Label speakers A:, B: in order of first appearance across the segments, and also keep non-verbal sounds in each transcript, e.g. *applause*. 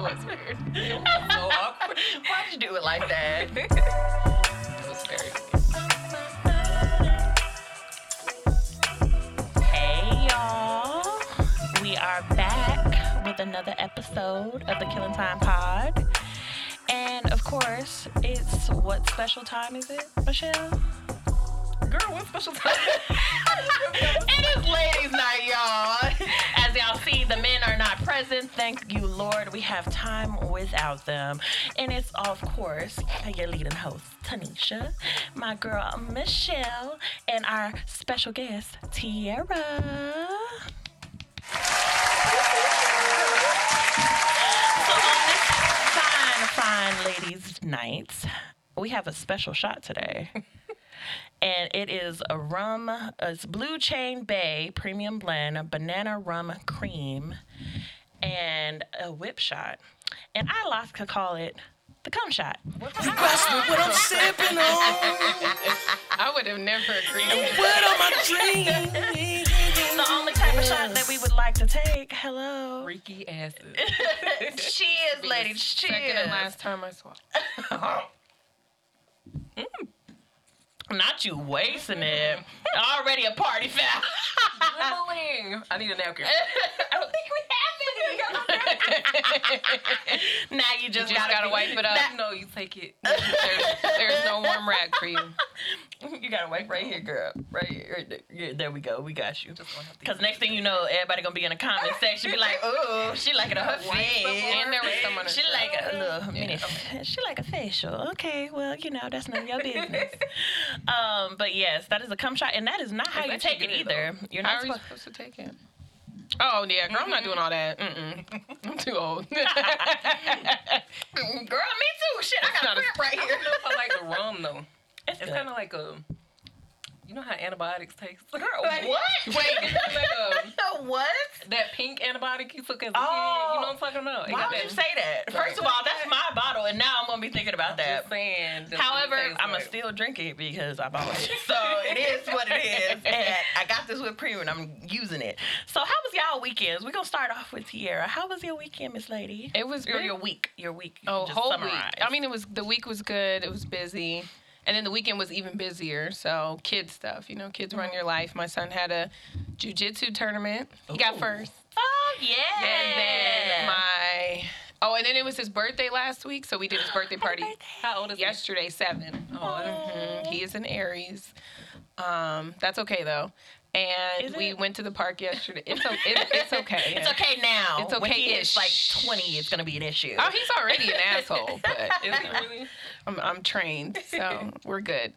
A: was weird.
B: It was so *laughs* awkward.
A: Why'd you do it like that?
B: It was very weird.
A: Hey y'all. We are back with another episode of the Killing Time Pod. And of course, it's what special time is it, Michelle?
B: Girl, what special time?
A: *laughs* it is ladies' night, y'all. As y'all see, the men are not present. Thank you, Lord. We have time without them. And it's, of course, your leading host, Tanisha, my girl, Michelle, and our special guest, Tierra. So on this fine, fine ladies' night, we have a special shot today and it is a rum, uh, it's Blue Chain Bay Premium Blend, a banana rum cream, and a whip shot. And I like to call it the cum shot.
C: Ask me what I'm sipping on.
B: I would have never agreed with
C: What are my dreams?
A: The only type of shot that we would like to take. Hello.
B: freaky asses.
A: Cheers, ladies.
B: Second and
A: Cheers.
B: last time I *laughs* swallowed.
A: Mm. Not you wasting it. Already a
B: *laughs*
A: party foul.
B: Dribbling. I need a *laughs* napkin.
A: I don't think we have any. *laughs* now you just,
B: Just gotta,
A: be-
B: wipe it up. no, Oh, you take *laughs* it. There's, there's no warm rack for you.
A: You gotta wipe right here, girl. Right here. Right there. Yeah, there we go. We got you.
B: Just gonna have to-
A: Cause next thing you know, everybody gonna be in the comment section, be *laughs* like, "Oh, she like it on her
B: Wipe
A: face."
B: some more. And there was someone
A: She
B: else.
A: like a little
B: Yeah,
A: mini. She like a facial. Okay, well, you know that's none *laughs* of your business. um, but yes, that is a cum shot, and that is not how
B: It's
A: you
B: actually
A: take it
B: good,
A: either. You're
B: How
A: not
B: are you
A: supposed.
B: supposed to take it? Oh yeah, girl, I'm not doing all that. Mm-mm. I'm too *laughs* old.
A: Girl, me too. *laughs* Shit, *laughs* I got a cramp right here.
B: I like the rum though.
A: It's
B: It's
A: good.
B: kind of like a, you know how antibiotics taste. Girl,
A: what? *laughs* um,
B: Wait, it's like
A: what?
B: a, that pink antibiotic you took as a kid.
A: Oh.
B: You know what I'm talking about? It
A: Why
B: got
A: would
B: that-
A: you say that? First of all, that's my bottle, and now I'm gonna be thinking about that.
B: Just saying. that's
A: However,
B: what it tastes
A: I'ma
B: like.
A: still drink it because I bought it. *laughs* So it is what it *laughs* is. And I got this with premium. I'm using it. So how was y'all weekends? We're gonna start off with Tierra. How was your weekend, Miss Lady?
B: It was
A: Or
B: big.
A: your week. Your week. You
B: Oh,
A: can just
B: whole
A: summarize.
B: week. I mean, it was the week was good. It was busy, and then the weekend was even busier. So kid stuff, you know, kids run
A: Mm-hmm.
B: your life. My son had a jujitsu tournament. He got
A: Ooh.
B: first,
A: Oh yeah.
B: and then my oh, and then it was his birthday last week, so we did his birthday party.
A: birthday.
B: How old is yesterday? Seven.
A: Oh,
B: Mhm. He is an Aries. Um, that's okay though. And
A: Is
B: we
A: it?
B: went to the park yesterday. It's, o-
A: *laughs*
B: it, it's okay.
A: It's okay now.
B: It's
A: When he
B: okay-ish.
A: is like 20, it's gonna be an issue.
B: Oh, he's already an asshole,
A: *laughs*
B: but I'm, I'm trained, so we're good.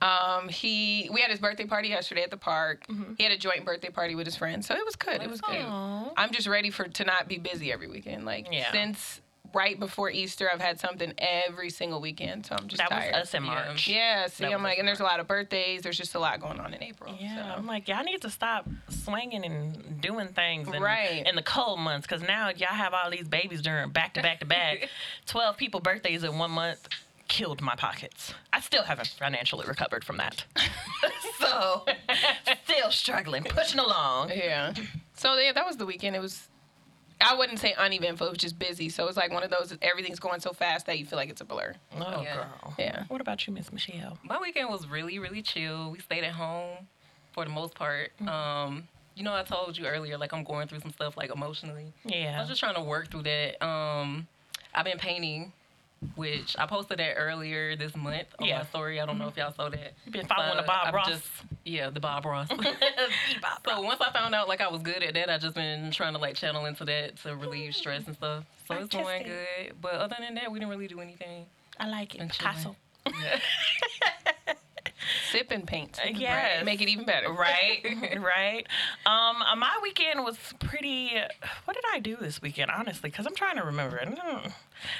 B: Um, he we had his birthday party yesterday at the park. He had a joint birthday party with his friends, so it was good. It was good.
A: Mm-hmm. Aw.
B: I'm just ready for to not be busy every weekend. Like
A: Yeah.
B: since right before Easter, I've had something every single weekend, so I'm just
A: That
B: tired.
A: was us in
B: Yeah.
A: March.
B: Yeah, see,
A: That was
B: I'm like,
A: us in
B: and there's a lot of birthdays. There's just a lot going on in April.
A: Yeah,
B: so.
A: I'm like, y'all need to stop swinging and doing things in,
B: Right.
A: in the cold months because now y'all have all these babies during back to back to back. 12 people birthdays in one month killed my pockets. I still haven't financially recovered from that. so, *laughs* still struggling, pushing along.
B: Yeah. So yeah, that was the weekend. It was I wouldn't say uneventful, it was just busy. So it's like one of those everything's going so fast that you feel like it's a blur.
A: Oh,
D: Yeah.
A: girl.
B: Yeah.
A: What about you, Miss Michelle?
D: My weekend was really, really chill. We stayed at home for the most part.
A: Mm-hmm.
D: Um, you know, I told you earlier, like I'm going through some stuff like emotionally. I
A: Yeah.
D: was just trying to work through that. Um, I've been painting, which I posted that earlier this month on
A: Yeah. Mm-hmm.
D: my story. I don't know if y'all saw that.
A: You've been following the
D: But
A: Bob
D: I've
A: Ross.
D: just- yeah, the Bob
A: *laughs*
D: Ross.
A: Bebop.
D: *laughs* so once I found out like I was good at that, I just been trying to like channel into that to relieve stress and stuff. So it's
A: Mm.
D: going
A: Artistic.
D: good. But other than that, we didn't really do anything.
A: I like it.
D: And chilling.
A: Picasso.
B: Sip and paint. Sip and
A: Uh, Yes.
B: paint. Make it even better.
A: *laughs* right right um uh, my weekend was pretty what did i do this weekend honestly because i'm trying to remember I don't know.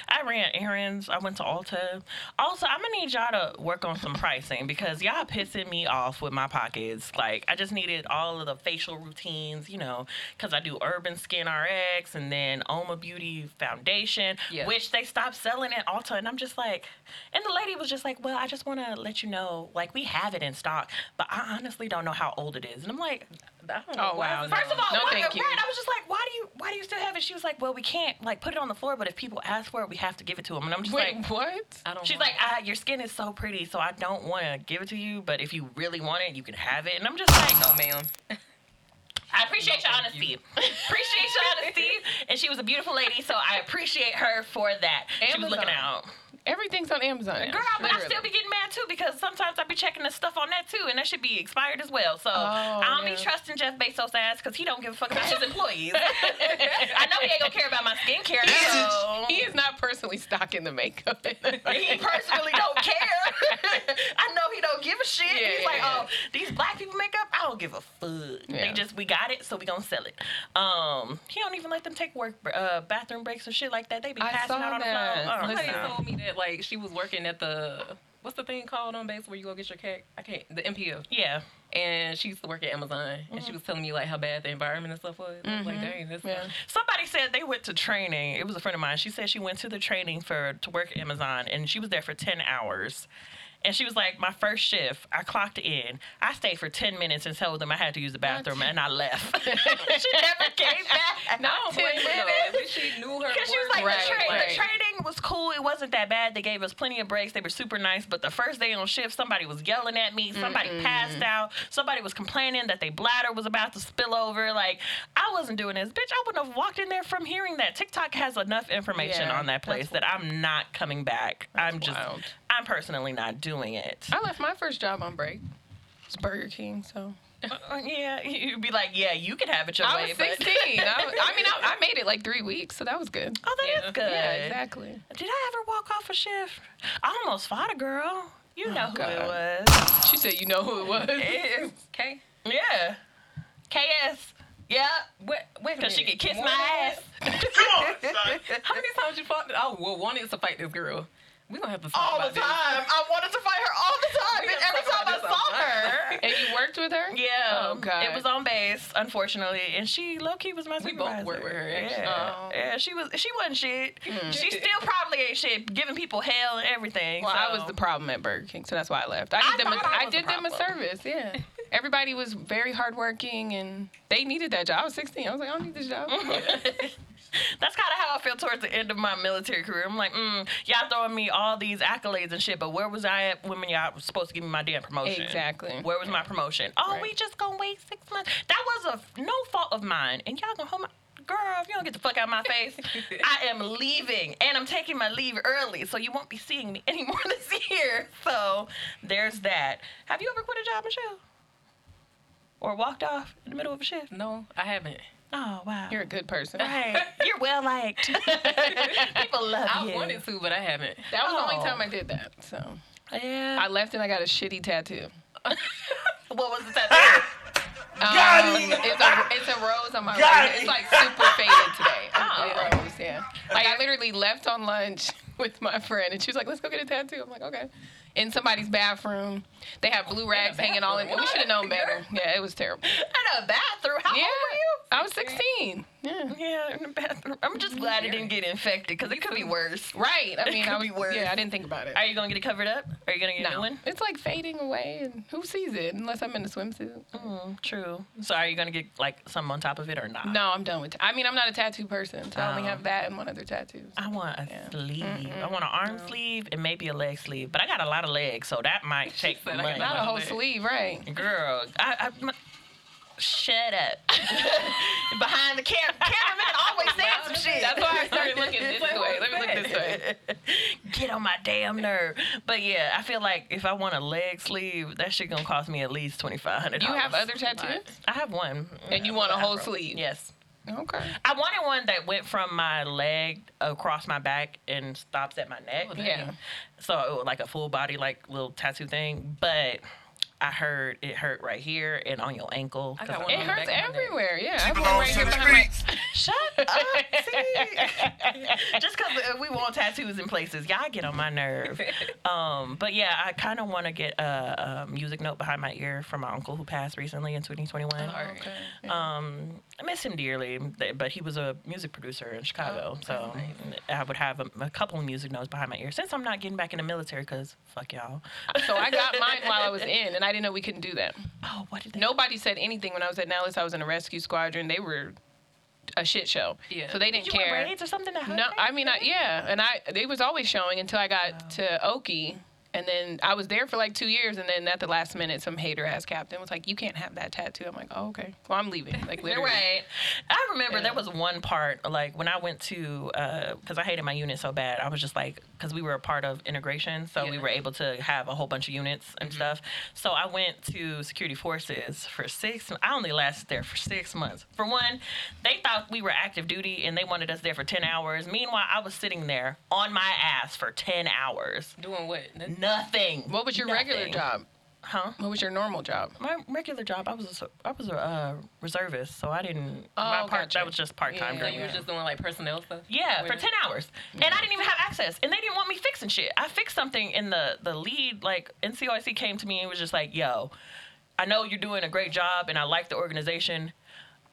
A: I ran errands. I went to Ulta. Also, I'm gonna need y'all to work on some pricing because y'all pissing me off with my pockets. Like, I just needed all of the facial routines, you know, because I do Urban Skin RX and then Oma Beauty Foundation,
D: Yeah.
A: which they stopped selling at Ulta. And I'm just like, and the lady was just like, well, I just want to let you know, like, we have it in stock, but I honestly don't know how old it is. And I'm like, I don't know.
B: Oh,
A: why
B: wow,
A: is it- First
B: no.
A: of all,
B: No,
A: why-
B: thank you.
A: right, I was just like, why do you why do you still have it? She was like, well, we can't like put it on the floor, but if people ask for it, we have to give it to them. And I'm just
B: Wait,
A: like,
B: what?
D: I don't.
A: she's
D: want
A: like, ah, your skin is so pretty, so I don't want to give it to you, but if you really want it, you can have it. And I'm just like,
D: it. no, ma'am.
A: *laughs* I appreciate your
D: thank
A: honesty. *laughs* appreciate your honesty. And she was a beautiful lady, so I appreciate her for that. She was looking
B: Amazon.
A: out.
B: Everything's on Amazon. now,
A: Girl, but I
B: literally.
A: still be getting mad too because sometimes I be checking the stuff on that too, and that should be expired as well. So I don't
B: Oh, yeah.
A: be trusting Jeff Bezos' ass because he don't give a fuck about
B: *laughs*
A: his employees. *laughs* I know he ain't gonna care about my skincare. So
B: He is not personally stocking the
A: *laughs*
B: makeup.
A: he personally don't care. *laughs* I know he don't give a shit.
B: Yeah,
A: He's like,
B: yeah.
A: oh, these black people make up. I don't give a fuck.
B: Yeah.
A: They just we got it, so we gonna sell it. Um, he don't even let them take work uh, bathroom breaks and shit like that. They be
B: I
A: passing
B: saw
A: out on
B: that.
A: the floor.
D: Somebody
B: Listen.
A: Uh,
D: told me that like she was working at the what's the thing called on base where you go get your cake? I can't. The MPO.
A: yeah.
D: And she used to work at Amazon, and she
A: Mm-hmm.
D: was telling me like how bad the environment and stuff was. I was like, dang, that's
B: Yeah.
A: Somebody said they went to training. It was a friend of mine. She said she went to the training for to work at Amazon and she was there for 10 hours. And she was like, My first shift, I clocked in. I stayed for 10 minutes and told them I had to use the bathroom and I left. *laughs* she never came back.
D: No, I don't blame
A: *laughs* Ten minutes.
D: her. though. At least she knew her.
A: Because she was
D: worth.
A: like, the,
B: Right,
A: tra-
B: right.
A: the training was cool. It wasn't that bad. They gave us plenty of breaks. They were super nice. But the first day on shift, somebody was yelling at me. Somebody
B: Mm-hmm.
A: passed out. Somebody was complaining that their bladder was about to spill over. Like, I wasn't doing this. Bitch, I wouldn't have walked in there from hearing that. TikTok has enough information
B: Yeah,
A: on that place that I'm not coming back. I'm just,
B: wild. Uh,
A: I'm personally not doing it.
B: I left my first job on break. It's Burger King, so
A: Uh, yeah, you'd be like, yeah, you could have it your
B: I
A: way.
B: was
A: but-
B: 16. I, was- I mean, I, I made it like three weeks, so that was good.
A: *laughs* Oh, that is
D: Yeah.
A: good.
B: Yeah, exactly.
A: Did I ever walk off a shift? I almost fought a girl. You
D: Oh,
A: know who
B: God.
A: it was.
B: She said, "You know who it *laughs* was."
D: okay.
A: Yeah. KS. Yep.
D: Wait, wait a minute.
A: Because she could kiss
D: One-
A: my ass.
D: How many times you fought? I wa- wanted to fight this girl. We gonna have to talk
A: All
D: about
A: the time. I wanted to fight her all the time.
D: We
A: bitch,
D: gotta
A: every
D: talk
A: time I
D: about this
A: saw her.
D: *laughs*
B: And you worked with her?
A: Yeah.
B: Oh, God.
A: It was on base, unfortunately, and she low key was my
D: We
A: supervisor.
D: both worked with her, actually. um,
B: Oh.
A: Yeah.
D: Mm.
A: yeah, she was. She wasn't shit. She still probably ain't shit, giving people hell and everything.
B: Well,
A: so.
B: I was the problem at Burger King, so that's why I left. I did them. A,
A: thought I
B: I
A: was
B: did
A: the
B: them a
A: problem.
B: service. *laughs* Yeah. Everybody was very hardworking, and they needed that job. I was 16. I was like, I don't need this *laughs* job.
A: *laughs* That's kind of how I feel towards the end of my military career. I'm like, mm, y'all throwing me all these accolades and shit, but where was I at when y'all was supposed to give me my damn promotion?
B: Exactly.
A: Where was my promotion? Oh,
B: Right.
A: we just gonna wait six months. That was a no fault of mine, and y'all gonna hold my. Girl, if you don't get the fuck out of
B: *laughs*
A: my face, I am leaving and I'm taking my leave early, so you won't be seeing me *laughs* anymore this year. So there's that. Have you ever quit a job, Michelle? Or walked off in the middle of a shift?
D: No, I haven't.
A: Oh, wow.
B: You're a good person.
A: Right. You're well liked. *laughs* People love
D: I
A: you.
D: wanted to, but I haven't.
B: That was the
A: Oh.
B: only time I did that. So I
A: Yeah.
B: left and I got a shitty tattoo.
A: what was the tattoo?
C: Got
B: Um,
C: it.
B: It's a, it's a rose on my
C: Got
B: right.
C: it.
B: It's like super faded today.
A: Oh.
B: A rose, yeah. Like I literally left on lunch *laughs* with my friend, and she was like, "Let's go get a tattoo." I'm like, "Okay." In somebody's bathroom, they have blue rags hanging all in. We should have known better. Yeah, it was terrible.
A: in a bathroom. How
B: Yeah,
A: old
B: I was 16. Yeah.
A: were you? Yeah, in the bathroom. I'm just glad it didn't get infected because it could be worse.
B: Right. I mean,
A: could
B: I
A: be
B: was.
A: worse.
B: Yeah, I didn't think about it.
A: Are you gonna get it covered up? Are you gonna get a new
B: no,
A: one?
B: it's like fading away, and who sees it unless I'm in a swimsuit?
A: Mm, true. So are you gonna get like something on top of it or not?
B: No, I'm done with. I mean, I'm not a tattoo person, so I only
A: Oh.
B: have that and one other tattoo.
A: I want a sleeve. I want an arm sleeve and maybe a leg sleeve. But I got a lot of legs, so that might take
D: said I
A: money.
D: got
B: Not a whole
D: Lovely.
B: sleeve, right?
A: Girl, I, I my- shut up. *laughs* Behind the camera, cameraman always saying some shit.
B: That's why I started looking this way. Let me look this way.
A: *laughs* Get on my damn nerve. But yeah, I feel like if I want a leg sleeve, that shit gonna cost me at least twenty five hundred.
B: You have other tattoos?
A: I have one.
B: And you want a whole
A: Afro.
B: sleeve?
A: Yes.
B: Okay.
A: I wanted one that went from my leg across my back and stops at my neck.
D: Oh,
B: Yeah.
A: So it was like a full body, like little tattoo thing. But I heard it hurt right here and on your ankle.
D: I got
A: 'cause
D: one
B: It
D: on the
B: hurts
D: back of my neck.
B: everywhere. Yeah. I have one
C: belongs
B: right
C: to
B: here
C: the
B: behind my-
C: streets.
A: *laughs* Shut the Just because we want tattoos in places, y'all get on my nerve. Um, but yeah, I kind of want to get a, a music note behind my ear from my uncle who passed recently in 2021.
B: Okay.
A: Um, I miss him dearly, th- but he was a music producer in Chicago, so I would have a, a couple of music notes behind my ear. Since I'm not getting back in the military, because fuck y'all.
B: So I got mine while I was in, and I didn't know we couldn't do that.
A: *laughs* Oh, what did they?
B: Nobody said anything when I was at Nellis. I was in a rescue squadron. They were a shit show.
D: Yeah.
B: So they didn't
A: Did you
B: care.
A: wear braids or something? to hug
B: No,
A: it?
B: I mean, I, yeah, and I they was always showing until I got
D: Oh.
B: to Okie, and then I was there for like two years, and then at the last minute, some hater ass captain was like, "You can't have that tattoo." I'm like, "Oh, okay, well, I'm leaving."
D: *laughs*
B: Like literally,
D: right.
A: I remember
B: Yeah.
A: there was one part, like when I went to, because I hated my unit so bad, I was just like, because we were a part of integration, so we
D: Yeah.
A: were able to have a whole bunch of units
B: Mm-hmm.
A: and stuff. So I went to security forces for six. I only lasted there for six months. For one, they thought we were active duty and they wanted us there for ten hours. Meanwhile, I was sitting there on my ass for ten hours,
D: Doing what?
A: nothing.
B: What was your regular
A: Nothing.
B: job?
A: Huh?
B: What was your normal job?
A: my regular job, I was a, s- I was a uh, reservist, so I didn't.
B: Oh,
A: my part,
B: gotcha.
A: That was just part time.
B: Yeah,
D: So
A: during
D: you were
A: the-
D: just doing like personnel stuff?
A: yeah,
D: Where
A: for
D: the- *laughs*
A: ten hours, and I didn't even have access, and they didn't want me fixing shit. I fixed something, and the the lead, like NCOIC, came to me and was just like, "Yo, I know you're doing a great job, and I like the organization.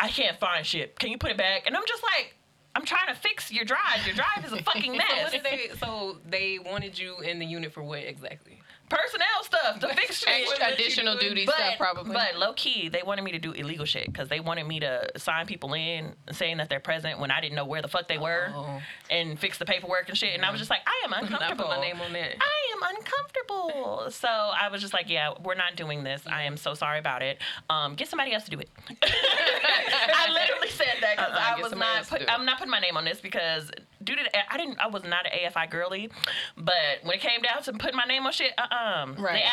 A: I can't find shit. Can you put it back?" And I'm just like, "I'm trying to fix your drive. Your drive is a *laughs* fucking
D: So,
A: mess.
D: what did they, *laughs* so they wanted you in the unit for what exactly?
A: Personnel stuff to fix shit."
B: Extra
D: what you
B: additional
D: doing?
B: duty
A: but,
B: stuff, probably.
A: But low key, they wanted me to do illegal shit because they wanted me to sign people in saying that they're present when I didn't know where the fuck they were
D: Oh.
A: and fix the paperwork and shit. And I was just like, I
D: *laughs*
A: am
D: I put
A: uncomfortable.
D: my name on that.
A: I am uncomfortable. So I was just like, yeah, we're not doing this. I am so sorry about it. Um, get somebody else to do it. *laughs* I literally said that because
B: Uh-uh,
A: I
B: get
A: was
B: somebody
A: not.
B: else to
A: Put,
B: do it.
A: I'm not putting my name on this because due to the, I didn't. I was not an AFI girly, but when it came down to putting my name on shit, uh, uh
B: Right.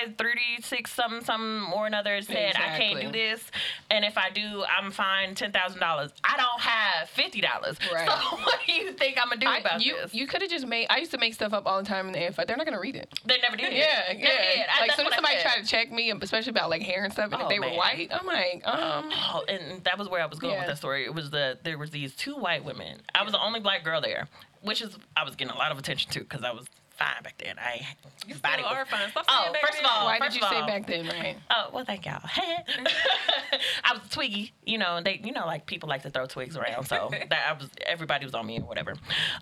A: The AFI 36 something something or another said I
B: Exactly.
A: can't do this, and if I do, I'm fined ten thousand dollars. I don't have fifty dollars.
B: Right.
A: *laughs* So what do you think I'm gonna do
B: I,
A: about
B: you
A: this?
B: you could have just made. I used to make stuff up all the time in the AFI. They're not gonna read it.
A: they never did.
B: Yeah,
A: Never
B: yeah.
A: Did. I,
B: like
A: that's
B: soon as
A: what I
B: somebody
A: said.
B: tried to check me, especially about like hair and stuff, and
A: Oh,
B: if they
A: man.
B: were white, I'm like, um,
A: Oh, and that was where I was going
B: Yeah.
A: with the story. It was the there was these two white women. I was the only black girl there, which is I was getting a lot of attention too because I was fine back then. I
D: You still are fine. Stop
A: Oh,
D: saying back
A: first of
D: then.
A: all,
B: why
A: first
B: did you
A: of
B: say
A: all-
B: back then, right?
A: Oh well, thank y'all. *laughs* I was twiggy, you know. and They, you know, like people like to throw twigs around,
B: *laughs*
A: so that I was. Everybody was on me or whatever.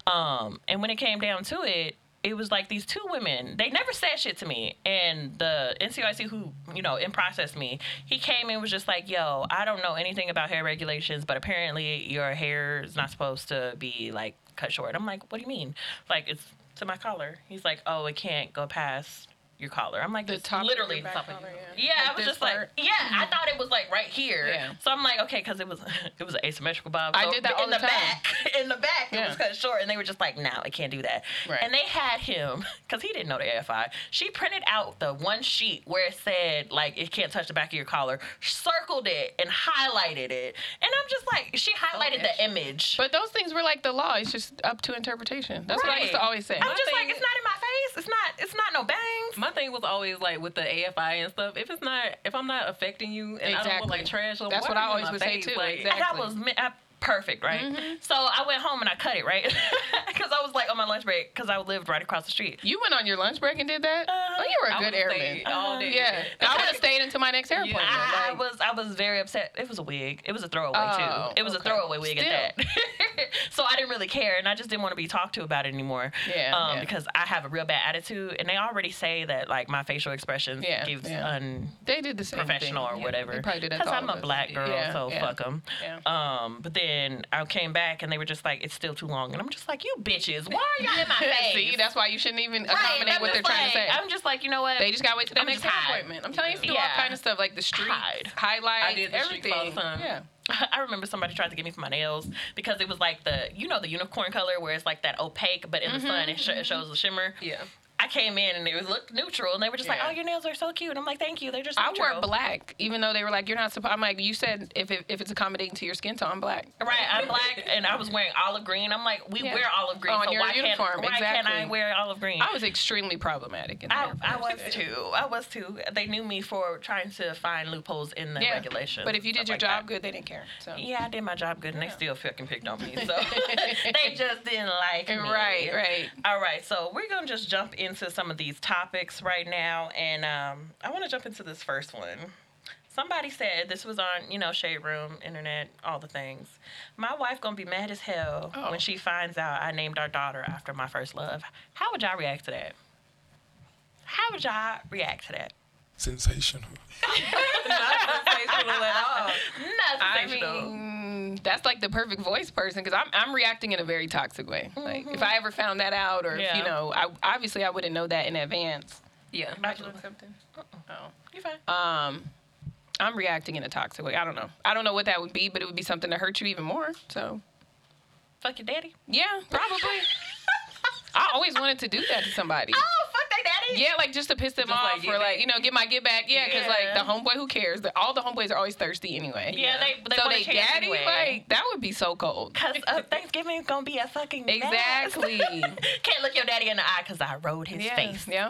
A: Um, and when it came down to it, it was like these two women. They never said shit to me, and the NCIC who, you know, in processed me, he came and was just like, "Yo, I don't know anything about hair regulations, but apparently your hair is not supposed to be like cut short." I'm like, "What do you mean? Like it's to my collar?" He's like, "Oh, it can't go past." Your collar. I'm like,
B: The
A: it's
B: top of your
A: literally
B: back
A: top of
B: collar, yeah.
A: yeah,
B: Like
A: I was
B: this
A: just
B: part? Mm-hmm.
A: like, yeah, I thought it was like right here.
B: Yeah.
A: So I'm like, okay, because it was *laughs* it was an asymmetrical bob.
B: I
A: So
B: did that all
A: in
B: the time.
A: back. *laughs* In the back, it
B: Yeah.
A: was cut short, and they were just like, no, it can't do that.
B: Right.
A: And they had him *laughs* because he didn't know the AFI. She printed out the one sheet where it said like it can't touch the back of your collar, circled it and highlighted it, and I'm just like, she highlighted the image.
B: Oh, But those things were like the law. It's just up to interpretation. That's what I used to
A: Right.
B: always say.
A: I'm just
D: thing
A: like, it's
D: is-
A: not in my face. It's not. It's not no bangs.
D: My thing was always like with the AFI and stuff. If it's not, if I'm not affecting you, and I don't
B: Exactly.
D: look like trash, like,
B: That's
D: why
B: what
D: are
B: I
D: you in
B: always
D: my
B: would say,
D: face?
B: too.
D: Like,
B: Exactly. Mm-hmm.
A: And That was me- I, perfect, right? So I went home and I cut it, right? *laughs* Because I was like on my lunch break because I lived right across the street.
B: You went on your lunch break and did that?
A: Uh,
B: oh, you were a
D: I
B: good
D: would've
B: airman.
D: stayed all day.
B: Yeah. I would have stayed until my next airplane.
A: I, I
B: Like,
A: was I was very upset. It was a wig. It was a throwaway
B: Oh,
A: too. It was a
B: okay.
A: throwaway wig at
B: Still.
A: that. *laughs* so I didn't really care, and I just didn't want to be talked to about it anymore.
B: Yeah,
A: Um,
B: yeah.
A: Because I have a real bad attitude, and they already say that like my facial expressions
B: Yeah,
A: gives
B: yeah.
A: un.
B: they did the same
A: professional
B: thing.
A: or
B: Yeah,
A: whatever.
B: They probably did that to all
A: I'm
B: of
A: a
B: us.
A: black girl,
B: Yeah,
A: so
B: yeah.
A: fuck them.
B: Yeah.
A: Um, but then I came back and they were just like, "It's still too long," and I'm just like, "You bitches, why are y'all in my face?"
B: Oh, *laughs* See, that's why you shouldn't even
A: Right,
B: accommodate
A: I'm
B: what they're
A: just
B: trying to say.
A: like- I'm just like, you know what?
B: they just gotta wait till the
A: I'm
B: next
A: just high.
B: appointment. I'm telling you, you do
A: Yeah.
B: all kind of stuff like the street
A: Hide.
B: highlights,
D: I did the streets
B: everything.
D: all the time.
B: Yeah.
A: I remember somebody tried to get me for my nails because it
B: Mm-hmm,
A: was like the, you know, the unicorn color where it's like that opaque, but in the sun it, sh- it shows the shimmer.
D: yeah.
A: I came in and it was looked neutral, and they were just
D: Yeah.
A: like, "Oh, your nails are so cute." And I'm like, "Thank you. They're just."
B: I
A: Neutral.
B: wore black, even though they were like, "You're not supposed." I'm like, "You said if it, if it's accommodating to your skin tone, I'm black."
A: Right, I'm black and I was wearing olive green. I'm like, we
B: Yeah.
A: wear olive green,
B: On
A: so
B: your
A: why can't
B: uniform,
A: why can't I
B: exactly.
A: wear olive green?
B: I was extremely problematic. In *laughs*
A: I,
B: that.
A: I was too. I was too. They knew me for trying to find loopholes in the
B: yeah.
A: regulations.
B: But if you
A: and
B: did your
A: stuff like
B: job
A: that.
B: good, they didn't care. So
A: yeah, I did my job good, and they still fucking picked on me.
B: *laughs*
A: So *laughs* they just didn't like me.
B: right, right.
A: All right, so we're gonna just jump into some of these topics right now, and um, I want to jump into this first one. Somebody said this was on, you know, shade room, internet, all the things. My wife gonna be mad as hell
B: Oh.
A: when she finds out I named our daughter after my first love. How would y'all react to that? How would y'all react to that?
E: Sensational.
A: Not
B: I
A: sensational.
B: mean, Mm, that's like the perfect voice person because I'm I'm reacting in a very toxic way. Like if I ever found that out, or if,
A: Mm-hmm. Yeah.
B: you know, I obviously I wouldn't know that in advance.
D: Yeah.
B: Am I doing something?
A: you fine. Uh,
B: Um, I'm reacting in a toxic way. I don't know. I don't know what that would be, but it would be something to hurt you even more. So
A: Fuck
B: *laughs*
A: your daddy.
B: yeah, probably. I always wanted to do that to
D: *laughs*
B: somebody.
A: Oh, fuck they daddy.
B: Yeah, like just to piss them
D: Just like
B: off
D: get
B: or
D: back.
B: like you know get my get back. Yeah, because
A: Yeah.
B: like the homeboy who cares. The, all the homeboys are always thirsty anyway.
A: Yeah, they they
B: so
A: want
B: they
A: a chance
B: daddy
A: anyway.
B: like that would be so cold.
A: Cause uh, Thanksgiving is gonna be a fucking mess.
B: Exactly.
A: *laughs* Can't look your daddy in the eye because I rode his
B: Yeah,
A: face.
B: Yeah.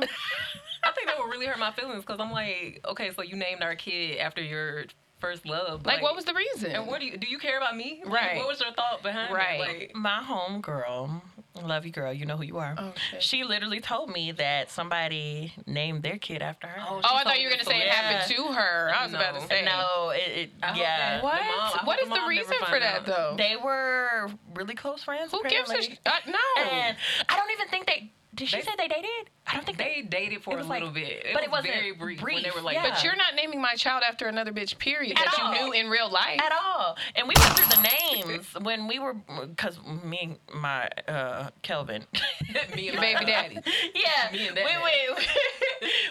D: I think that would really hurt my feelings because I'm like, okay, so you named our kid after your first love.
B: Like, what was the reason?
D: And what do you do? You care about me? Like,
B: Right.
D: what was your thought behind
B: Right.
D: it? Like,
A: My home girl, love you, girl. You know who you are.
B: Oh, shit.
A: she literally told me that somebody named their kid after her.
D: Oh,
B: oh, I thought you were gonna say it
A: Yeah.
B: happened to her. I was
D: No.
B: about to say.
A: no, it, it
D: I hope
A: yeah.
D: that-
B: Oh, What?
D: The mom- I hope
B: what
D: the
B: is the
D: mom
B: reason
D: never
B: for
D: find
B: that
D: out.
B: though?
A: They were really close friends.
B: Who gives a
A: apparently.
B: sh- uh, no?
A: And I don't even think they. Did she
D: They-
A: say they dated? I don't think they.
D: they dated for
A: It
D: a
A: was
D: little
A: like-
D: bit, it
A: but
D: was
A: it wasn't
D: very brief, when they
A: brief,
D: were like,
A: yeah.
B: But you're not naming my child after another bitch, period.
A: At
B: that you
A: all.
B: knew in real life.
A: at all. And we went through the names when we were, because me and my, uh, Kelvin.
D: *laughs* me and
B: Your
D: my-
B: baby daddy.
A: yeah.
D: Me and
A: we,
D: that man.
B: *laughs*
A: went, *laughs*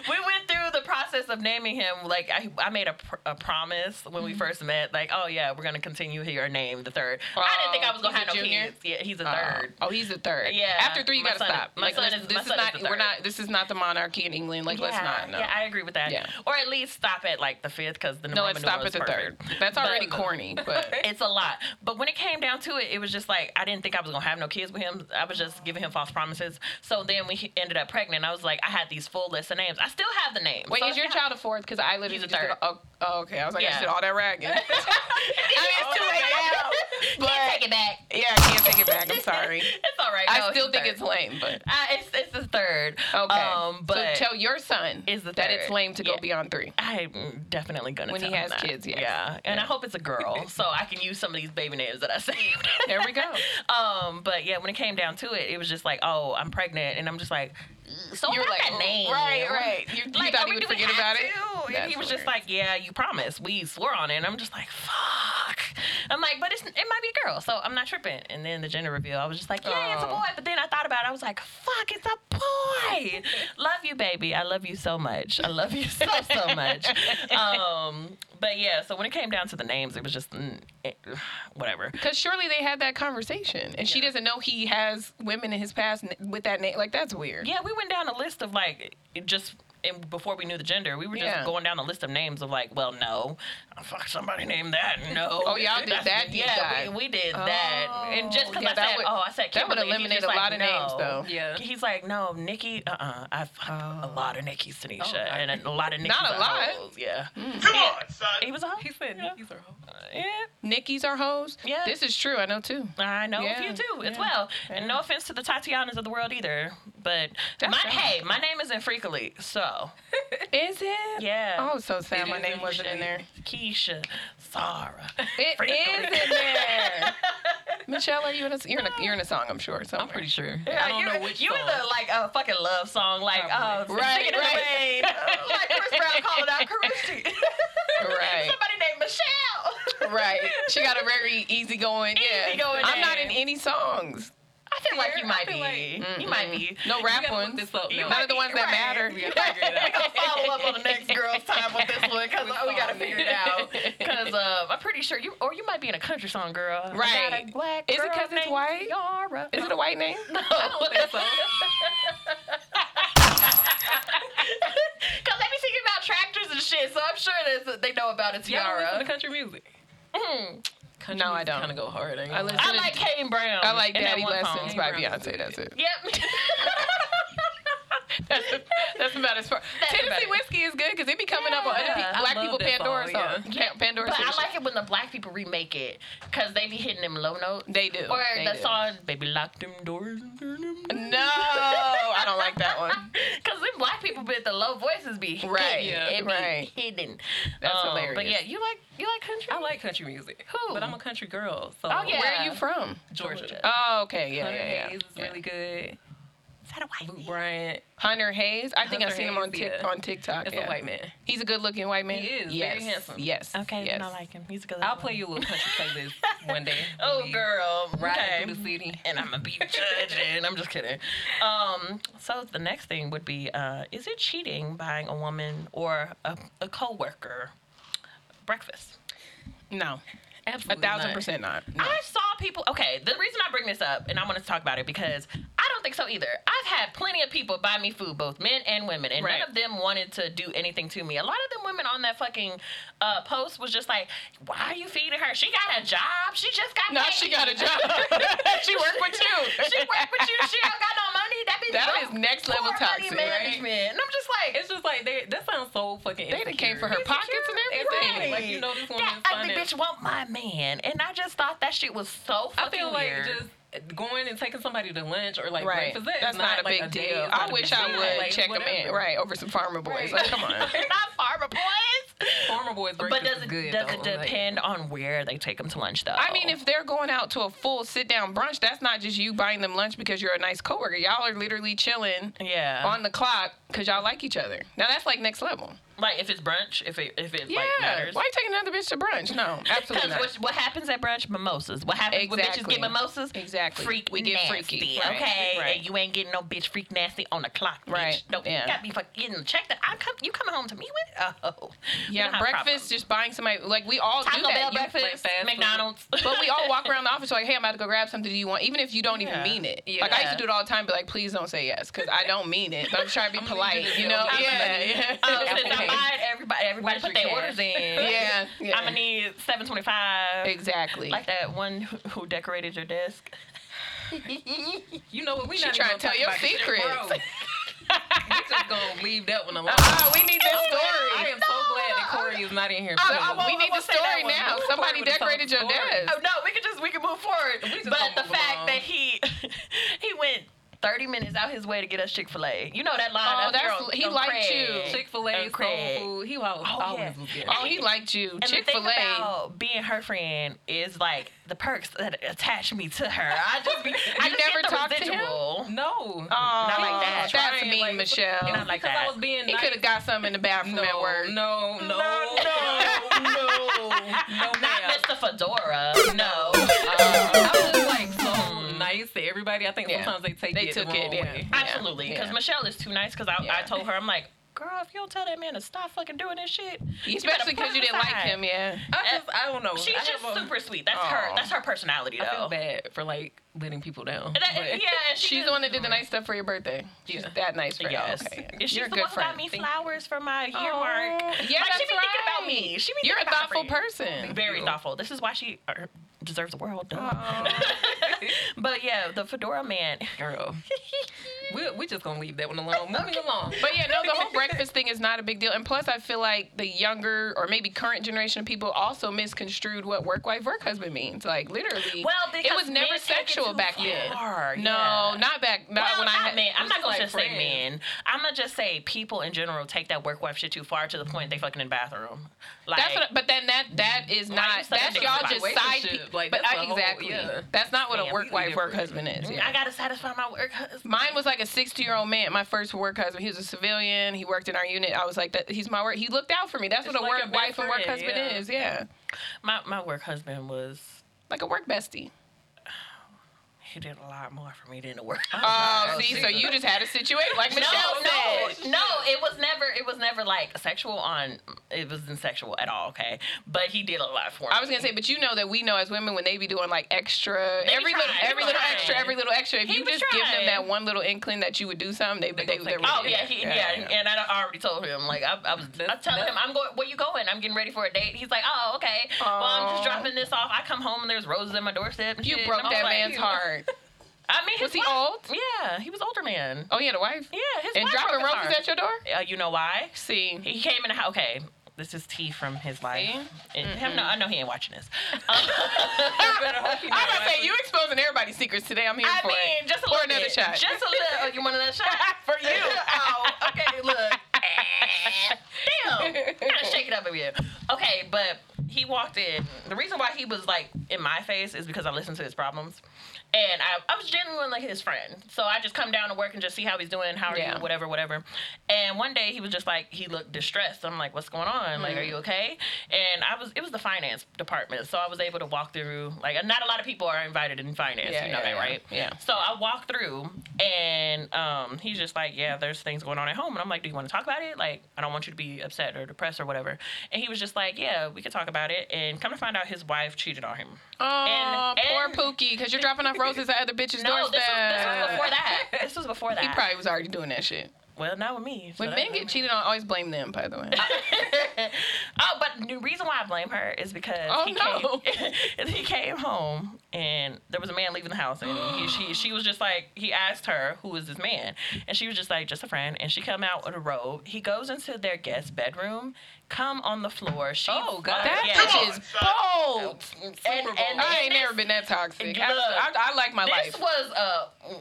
A: we went through the process of naming him. Like, I, I made a, pr- a promise when
B: Mm-hmm.
A: we first met, like, oh, yeah, we're going to continue here, name the third. I didn't think I was
B: Oh,
A: going to
B: he's
A: have
B: a
A: no
B: junior?
A: kids. Yeah, he's a
B: Uh,
A: *laughs* third.
B: oh, he's the third.
A: Yeah.
B: After three, you
A: My
B: gotta
A: son-
B: stop.
A: my
B: like,
A: son
B: let's-
A: is- my
B: this
A: son is
B: not.
A: the
B: we're
A: third.
B: not. This is not the monarchy in England. Like, let's
A: yeah,
B: not. No.
A: Yeah, I agree with that.
B: Yeah.
A: Or at least stop at like the fifth, because the
B: no,
A: Roman
B: let's stop at
A: numeral is
B: the third.
A: perfect.
B: That's
A: But- *laughs*
B: already corny. But
A: it's a lot. But when it came down to it, it was just like I didn't think I was gonna have no kids with him. I was just giving him false promises. So then we he- ended up pregnant. I was like, I had these full list of names. I still have the names.
B: wait,
A: So
B: is your
A: yeah.
B: child a fourth? Because I literally
A: He's a
B: just did.
A: third.
B: Oh, oh, okay. I was like,
A: Yeah.
B: I did all that
A: *laughs*
B: ragging. I mean,
A: Oh
B: it's too late now.
A: Can't take it back.
B: *laughs* *laughs* Yeah, I can't take it back. I'm
A: *laughs*
B: sorry.
A: It's all right. No,
B: I
A: it's
B: still
A: the
B: think
A: third.
B: it's lame, but
A: Uh, it's it's the third.
B: okay.
A: Um, but
B: so tell your son
A: Is the
B: that it's
A: third.
B: lame to go
A: Yeah.
B: beyond three.
A: I'm definitely gonna
B: When he
A: tell him
B: has
A: that.
B: kids, yes.
A: Yeah, and I hope it's a girl, so I can use some of these baby names that
B: *laughs*
A: I saved.
B: There we
A: *laughs*
B: go.
A: Um, but yeah, when it came down to it, it was just like, oh, I'm pregnant, and I'm just like, so
B: You're
A: about
B: like,
A: that name,
B: right, right. You, you
A: Like,
B: thought
A: I
B: he
A: mean,
B: would
A: do we
B: forget about
A: have
B: it?
A: to? And
B: That's
A: he was
B: hilarious.
A: just like, yeah, you promised. We swore on it, and I'm just like, fuck. I'm like, but it's, it might be a girl, so I'm not tripping. And then the gender reveal, I was just like, yeah, it's a
B: Oh.
A: boy. But then I thought about it, I was like, fuck, it's
B: *laughs*
A: a boy. love you, baby. I love you so much. I love you so
B: *laughs*
A: so much. Um, but yeah, so when it came down to the names, it was just mm, it, *sighs* whatever.
B: Because surely they had that conversation, and she doesn't know he has women in his past n- with that name. Like that's weird.
A: Yeah, we went down a list of like it just and before we knew the gender, we were just
B: Yeah.
A: going down a list of names of like, well, no, Oh, fuck somebody named that. No,
B: *laughs* Oh, y'all did
A: That's- *laughs*
B: that deep
A: Yeah,
B: dive.
A: we, we did that, and just because
B: yeah,
A: I
B: that
A: said,
B: would-
A: oh, I said
B: that would
A: Kimberly, he's
B: eliminate
A: just
B: a
A: like,
B: lot of names,
A: no.
B: though. Oh.
D: Yeah.
A: He's like, no, Nikki. Uh, uh I've fucked a lot of Nikki's, Tanisha,
D: Oh, I-
A: and a lot of Nikki's.
B: Not a
A: are
B: lot. Mm.
A: hoes. Yeah,
F: Come on, son.
A: he was a hoe.
D: He said,
A: yeah.
D: "Nikki's are hoes."
A: yeah.
B: Nickies are hoes.
A: Yeah.
B: This is true. I know too.
A: I know a
B: Yeah,
A: few too as
B: yeah,
A: well. And no offense to the Tatianas of the world either, but
B: That's
A: my,
B: right.
A: hey, my name isn't frequently, so
B: Is it?
A: yeah.
B: Oh, so sad. My
A: Keisha,
B: name wasn't in there.
A: Keisha, *laughs* Sarah.
B: It
A: Freak
B: is
A: on it.
B: in
A: *laughs*
B: there. *laughs* Michelle, are you in a? You're in a. You're in a song. I'm sure. So
D: I'm pretty sure.
A: Yeah,
D: I don't
A: you,
D: know which
A: you
D: song.
A: in the like a fucking love song, like uh,
D: Probably.
B: Right,
A: Singing in the
B: right.
A: *laughs* Rain, uh, like Chris Brown calling out Karrueche.
B: Right.
A: *laughs* Somebody named Michelle. *laughs*
B: Right. She got a very easygoing. Yeah.
A: Easygoing
B: I'm not in
A: name.
B: any songs.
A: I feel like you
D: I
A: might
D: feel
A: be.
D: like-
A: you might be.
B: No
D: You
B: rap
D: gotta look
B: ones.
D: this up. No.
B: None of the ones that
A: Right.
B: matter.
D: We gotta figure it
A: *laughs*
D: out.
A: We're gonna follow up on the *laughs* next girl's time with this one because we gotta figure it out. Because uh, I'm pretty sure you, or you might be in a country song, girl. I
B: Right.
A: got a black
B: *laughs* Is it
A: girl
B: 'cause it's
A: named
B: white?
A: Ciara. *laughs*
B: Is it a white name?
A: I don't think so. about tractors and shit, so I'm sure there's- they know about a
D: Y'all don't listen to
A: tiara.
D: country music.
A: Mhm.
D: Country
B: No, I don't.
D: Kind of go hard. ain't
B: I
D: gonna lie.
B: listen
A: I like Kane Brown.
B: I like
A: and that
B: Daddy
A: one song.
B: Lessons by
D: Brown is
B: Beyonce.
D: good.
B: That's it.
A: *laughs* Yep.
B: That's, that's about as
D: *laughs*
B: far.
A: That's about
B: Tennessee
A: it.
B: whiskey is good because it be coming up on other
D: Yeah,
B: people,
D: I
B: black
D: love
B: people
D: that
B: Pandora
D: song, yeah.
B: song. Pa- Pandora
A: But I
B: station.
A: like it when the black people remake it because they be hitting them low notes.
B: They do.
A: Or
B: They
A: the
B: do.
A: song "Baby Lock Them Doors." No,
B: No, Oh, I don't like that
A: *laughs*
D: *laughs*
B: one.
A: Because them black people with the low voices be hidden.
B: Right,
A: Yeah, it be
B: right.
A: hidden.
B: That's
A: But
B: hilarious.
A: yeah, you like you like country.
D: I like country music.
A: Who?
D: But I'm a country girl. So
A: Oh, yeah.
B: Where are you from?
D: Georgia.
A: Georgia.
B: Oh, okay, yeah,
D: Hunter
B: yeah, yeah.
D: Hayes is really good.
A: Is that a white
D: Luke
A: man?
D: Bryant.
B: Hunter Hayes. I think I
D: Hunter
B: seen him on
D: Hayes,
B: Tik
D: yeah.
B: on TikTok.
D: It's
B: yeah.
D: a white man.
B: He's a good-looking white man.
D: He is,
B: Yes.
D: very handsome.
B: Yes.
A: Okay,
B: Yes.
A: then I like him. He's a good.
D: I'll play you a little country
B: *laughs*
D: playlist one day.
A: Oh,
D: We
A: girl,
D: Riding
A: okay.
D: through the city.
A: and I'm gonna be judging. I'm just kidding. Um, so the next thing would be, uh, is it cheating buying a woman or a, a coworker breakfast?
B: No, a
D: Absolutely.
B: thousand
D: not.
B: percent not. No.
A: I saw people. Okay, the reason I bring this up, and I want to talk about it because I don't think so either. I've had plenty of people buy me food, both men and women, and
B: Right.
A: none of them wanted to do anything to me. A lot of them women on that fucking uh, post was just like, "Why are you feeding her? She got a job. She just got
B: No,
A: paid.
B: she
A: *laughs*
B: got a job. *laughs* she worked with you.
A: she worked with you. She don't got no money. That be
B: That
A: broke.
B: is next
A: Poor
B: level
A: money
B: toxic.
A: management. And I'm just like,
D: It's just like they, that sounds so fucking.
B: They done came for
D: insecure.
B: her pockets and
D: Right.
B: everything.
D: Like you know this woman
A: that
D: is
A: ugly
D: finance-
A: bitch want my man, and I just thought that shit was so
D: I
A: fucking
D: feel like
A: weird.
D: just going and taking somebody to lunch or like
B: Right.
D: breakfast. that
B: That's
D: is
B: not, a
D: like,
B: big
D: day,
B: deal.
D: it's
B: I
D: not a
B: wish
D: big
B: I
D: deal.
B: would
D: Like,
B: check them in.
D: whatever.
B: Right, over some farmer boys.
D: Right.
B: Like, come
D: *laughs*
B: on.
A: *laughs* not farmer boys.
D: Former boys
A: But
D: breakfast
A: does
D: is
A: it
D: good,
A: does
D: though.
A: it
D: Like,
A: depend on where they take them to lunch though?
B: I mean, if they're going out to a full sit down brunch, that's not just you buying them lunch because you're a nice coworker. Y'all are literally chilling
A: yeah,
B: on the clock because y'all like each other. Now that's like next level.
A: like if it's brunch, if it if it
B: Yeah.
A: like matters.
B: Why you taking another bitch to brunch?
D: *laughs*
B: No, absolutely
A: Because
B: not.
A: what, what happens at brunch? Mimosas. What happens when bitches
B: Exactly.
A: get mimosas?
B: Exactly.
A: Freak
B: We get
A: nasty,
B: freaky. Right.
A: Okay.
B: Right.
A: And you ain't getting no bitch freak nasty on the clock. Bitch.
B: Right.
A: No,
B: Yeah.
A: you gotta be fucking check that. I come. You coming home to me with? Oh. *laughs* we
B: yeah,
A: don't have
B: breakfast,
A: problems.
B: just buying somebody. Like we all do
A: Taco
B: that.
A: Bell
B: You-
A: breakfast.
D: fast food.
A: McDonald's.
B: but we all
A: *laughs*
B: walk around the office like, hey, I'm about to go grab something. Do you want? Even if you don't
A: Yeah.
B: even mean it. Like I used
A: Yeah.
B: to do it all the time, be like, please don't say yes because I don't mean it. But I'm
A: *laughs*
B: trying to be
D: I'm gonna leave
B: polite,
D: you
B: you
D: to
B: know?
D: your own
B: Yeah,
D: company.
B: yeah.
A: Um, since I
D: Okay.
A: buyed everybody, everybody
D: Where's
A: put
D: your
A: their orders
D: cash?
B: *laughs*
A: in.
B: yeah, yeah.
A: I'm gonna need seven twenty five.
B: exactly.
A: Like that one who who decorated
B: *laughs*
A: your desk.
D: you know what? We
B: She
D: not
B: trying
D: even
B: to tell
D: gonna talk
B: your
D: about this shit,
B: secrets.
D: bro. we just gonna leave
B: *laughs*
D: that one alone.
B: Ah, we need this
A: Oh,
B: story.
D: I am so glad that Corey is not in here.
A: I-
D: because
A: I won't-
B: we need the
A: won't say that
B: story
A: one.
B: now.
D: Corey
B: Somebody
D: would've told the
B: decorated your
D: story.
B: desk.
A: Oh no, we can just we can move forward.
D: We just
A: But
D: gonna
A: the
D: move
A: fact
D: along.
A: that he *laughs* he went thirty minutes out his way to get us Chick Fil A. You know that line.
B: Oh,
A: up there
B: that's-
A: on,
B: he
A: on
B: liked
A: Craig.
B: you.
D: Chick Fil A,
A: And Craig.
D: soul food. He always,
A: Oh,
D: always
A: yeah.
D: was good.
B: Oh, he liked you.
A: And
B: Chick
A: the thing
B: fil A.
A: about being her friend is like the perks that attach me to her. I just
B: *laughs*
A: be, I
B: You
A: just get
B: never
A: the
B: talked to him?
A: residual.
D: No.
B: Not
A: like that.
B: Oh, That's
D: Trying,
B: mean,
D: Oh, like-
B: Michelle.
A: Not like
D: because
A: that.
D: I was being
B: he
D: nice.
B: could have got something in the bathroom
D: no,
B: at work.
D: No, no,
A: no,
D: no,
A: Not
D: ma'am.
A: Mr. Fedora.
B: *laughs*
A: No.
D: Uh, I was just like so nice to everybody. I think
B: Yeah.
D: sometimes they take
B: They
D: it
B: took
D: the
B: it.
D: wrong
B: Yeah.
D: way.
A: Absolutely, because
B: Yeah.
A: Michelle is too nice. Because I, I
B: Yeah.
A: told her, I'm like, girl, if you don't tell that man to stop fucking doing this shit, you better
B: Especially
A: put
B: because you didn't like
A: aside.
B: him, yeah.
D: I just, I don't know.
A: She's
D: I have
A: just
D: a- Oh.
A: super sweet. That's her.
B: Aw.
A: That's her personality, though.
D: I feel bad for like letting people down.
A: And that-
D: but-
A: yeah, and she
B: She's
A: just-
B: the one that did the nice stuff for your birthday. She's
D: Yeah.
B: that nice for you.
A: Yes.
B: Okay.
A: Yeah, She's
B: You're a
A: the
B: good
A: one who got
B: friend.
A: me flowers for my yearmark.
B: Aw. Yeah,
A: like,
B: that's
A: she be thinking about
B: right.
A: me. She be
B: You're a
A: thinking about her
B: thoughtful
A: friends.
B: person.
A: Very thoughtful. This is why she er, deserves the world. duh.
B: Aw.
A: *laughs* But yeah, the
B: *laughs*
A: fedora man.
D: girl. we we just gonna leave that one alone. Moving *laughs* along.
B: But yeah, no, the
A: *laughs*
B: whole breakfast thing is not a big deal. And plus, I feel like the younger or maybe current generation of people also misconstrued what work wife, work husband means. Like literally,
A: Well,
B: it
A: because
B: was never
A: men take it
B: sexual
A: too
B: back then.
A: far,
B: No,
A: yeah.
B: not back. Not
A: Well,
B: when I
A: not
B: had.
A: men. I'm
D: it's
A: not gonna
D: like
A: just say
D: friends.
A: men. I'm gonna just say people in general take that work wife shit too far to the point they fucking in the bathroom. Like,
B: That's what, but then that that is
A: you
B: not
A: sucking
B: that's
A: dick
B: y'all
A: in a
B: just side
D: relationship?
B: pe-
D: Like,
B: but
D: that's
B: I-
D: a whole-
B: exactly
D: yeah.
B: that's not what
A: Man,
B: a work
D: we
B: wife work husband
D: different.
B: is.
A: I,
B: yeah.
A: gotta satisfy my work husband.
B: Mine was like a 60 year old man. My first work husband. He was a civilian. He worked in our unit. I was like, that, he's my work. He looked out for me. That's
D: It's
B: what a
D: like
B: work
D: a best
B: wife and work
D: friend,
B: husband
D: yeah.
B: is. Yeah,
A: My my work husband was
B: like a work bestie.
A: He did a lot more for me than the work.
B: Oh,
A: *laughs*
B: see, so you just had a situation *laughs* like Michelle
A: no,
B: said.
A: no, it was never, it was never like sexual on, it wasn't sexual at all, okay? But he did a lot for me.
B: I was gonna say, but you know that we know as women when they be doing like extra,
A: be
B: every little,
A: trying,
B: every
A: he
B: little
A: trying.
B: extra, every little extra. If
A: He
B: you
A: was
B: just give them
A: trying.
B: that one little inkling that you would do something, they they,
D: gonna
B: they
D: take
A: Oh
D: it.
A: yeah, he, yeah, and I done already told him. Like I, I was, I
D: That's-
A: telling
D: that's-
A: him, I'm going. Where you going? I'm getting ready for a date. He's like, oh, okay. Well, I'm
B: Aw.
A: just dropping this off. I come home and there's roses in my doorstep. And
B: you
A: shit.
B: broke
A: And I
B: that
A: was like-
B: man's heart. *laughs*
A: I mean, his
B: Was he
A: wife-
B: old?
A: Yeah, he was older man.
B: Oh, he had a wife.
A: Yeah, his
B: And
A: wife
B: dropping
A: broke his
B: roses
A: heart.
B: at your door.
A: Uh, you know why?
B: See,
A: He came in the house. Okay, this is tea from his life.
B: See?
A: And him, no, I know he ain't
B: *laughs*
A: watching this. Um, *laughs*
B: I'm about to say you exposing everybody's secrets today. I'm here
A: I
B: for
A: mean,
B: it.
A: just a
B: Pour
A: little
B: another
A: bit.
B: shot.
A: Just a little. Oh, you want
B: *laughs*
A: another shot for you? Oh, okay. Look. Damn. Gotta shake it up a bit. Okay, but he walked in. The reason why he was like in my face is because I listened to his problems, and I, I was genuinely like his friend. So I just come down to work and just see how he's doing, how are
B: Yeah.
A: you, whatever, whatever. And one day he was just like he looked distressed. I'm like, what's going on? Like, are
B: Mm-hmm.
A: you okay? And I was. It was the finance department, so I was able to walk through. Like, not a lot of people are invited in finance.
B: Yeah,
A: you know
B: yeah,
A: that,
B: yeah.
A: right?
B: Yeah.
A: So I walk through, and um, he's just like, "Yeah, there's things going on at home," and I'm like, "Do you want to talk about it? Like, I don't want you to be upset or depressed or whatever." And he was just like, "Yeah, we could talk about it." And come to find out, his wife cheated on him.
B: Oh,
A: And-
B: poor
A: and-
B: Pookie, because you're dropping off roses at other bitches'
A: No,
B: doorstep.
A: this was, this was before that. *laughs* This was before that.
B: He probably was already doing that shit.
A: well, not with me. so
B: When
A: that-
B: men get cheated on, always blame them. By the way,
A: *laughs* oh, but the reason why I blame her is because
B: Oh,
A: he,
B: no.
A: came, *laughs* he came home and there was a man leaving the house and
B: *gasps*
A: he, she, she was just like, he asked her, who is this man? And she was just like, just a friend. And she come out with a robe. He goes into their guest bedroom, come on the floor. She,
D: Oh, God.
B: that
A: yeah.
B: bitch is bold.
A: And- and-
B: I ain't
A: this-
B: never been that toxic. I,
A: Look,
B: I, I like my
A: This
B: life.
A: was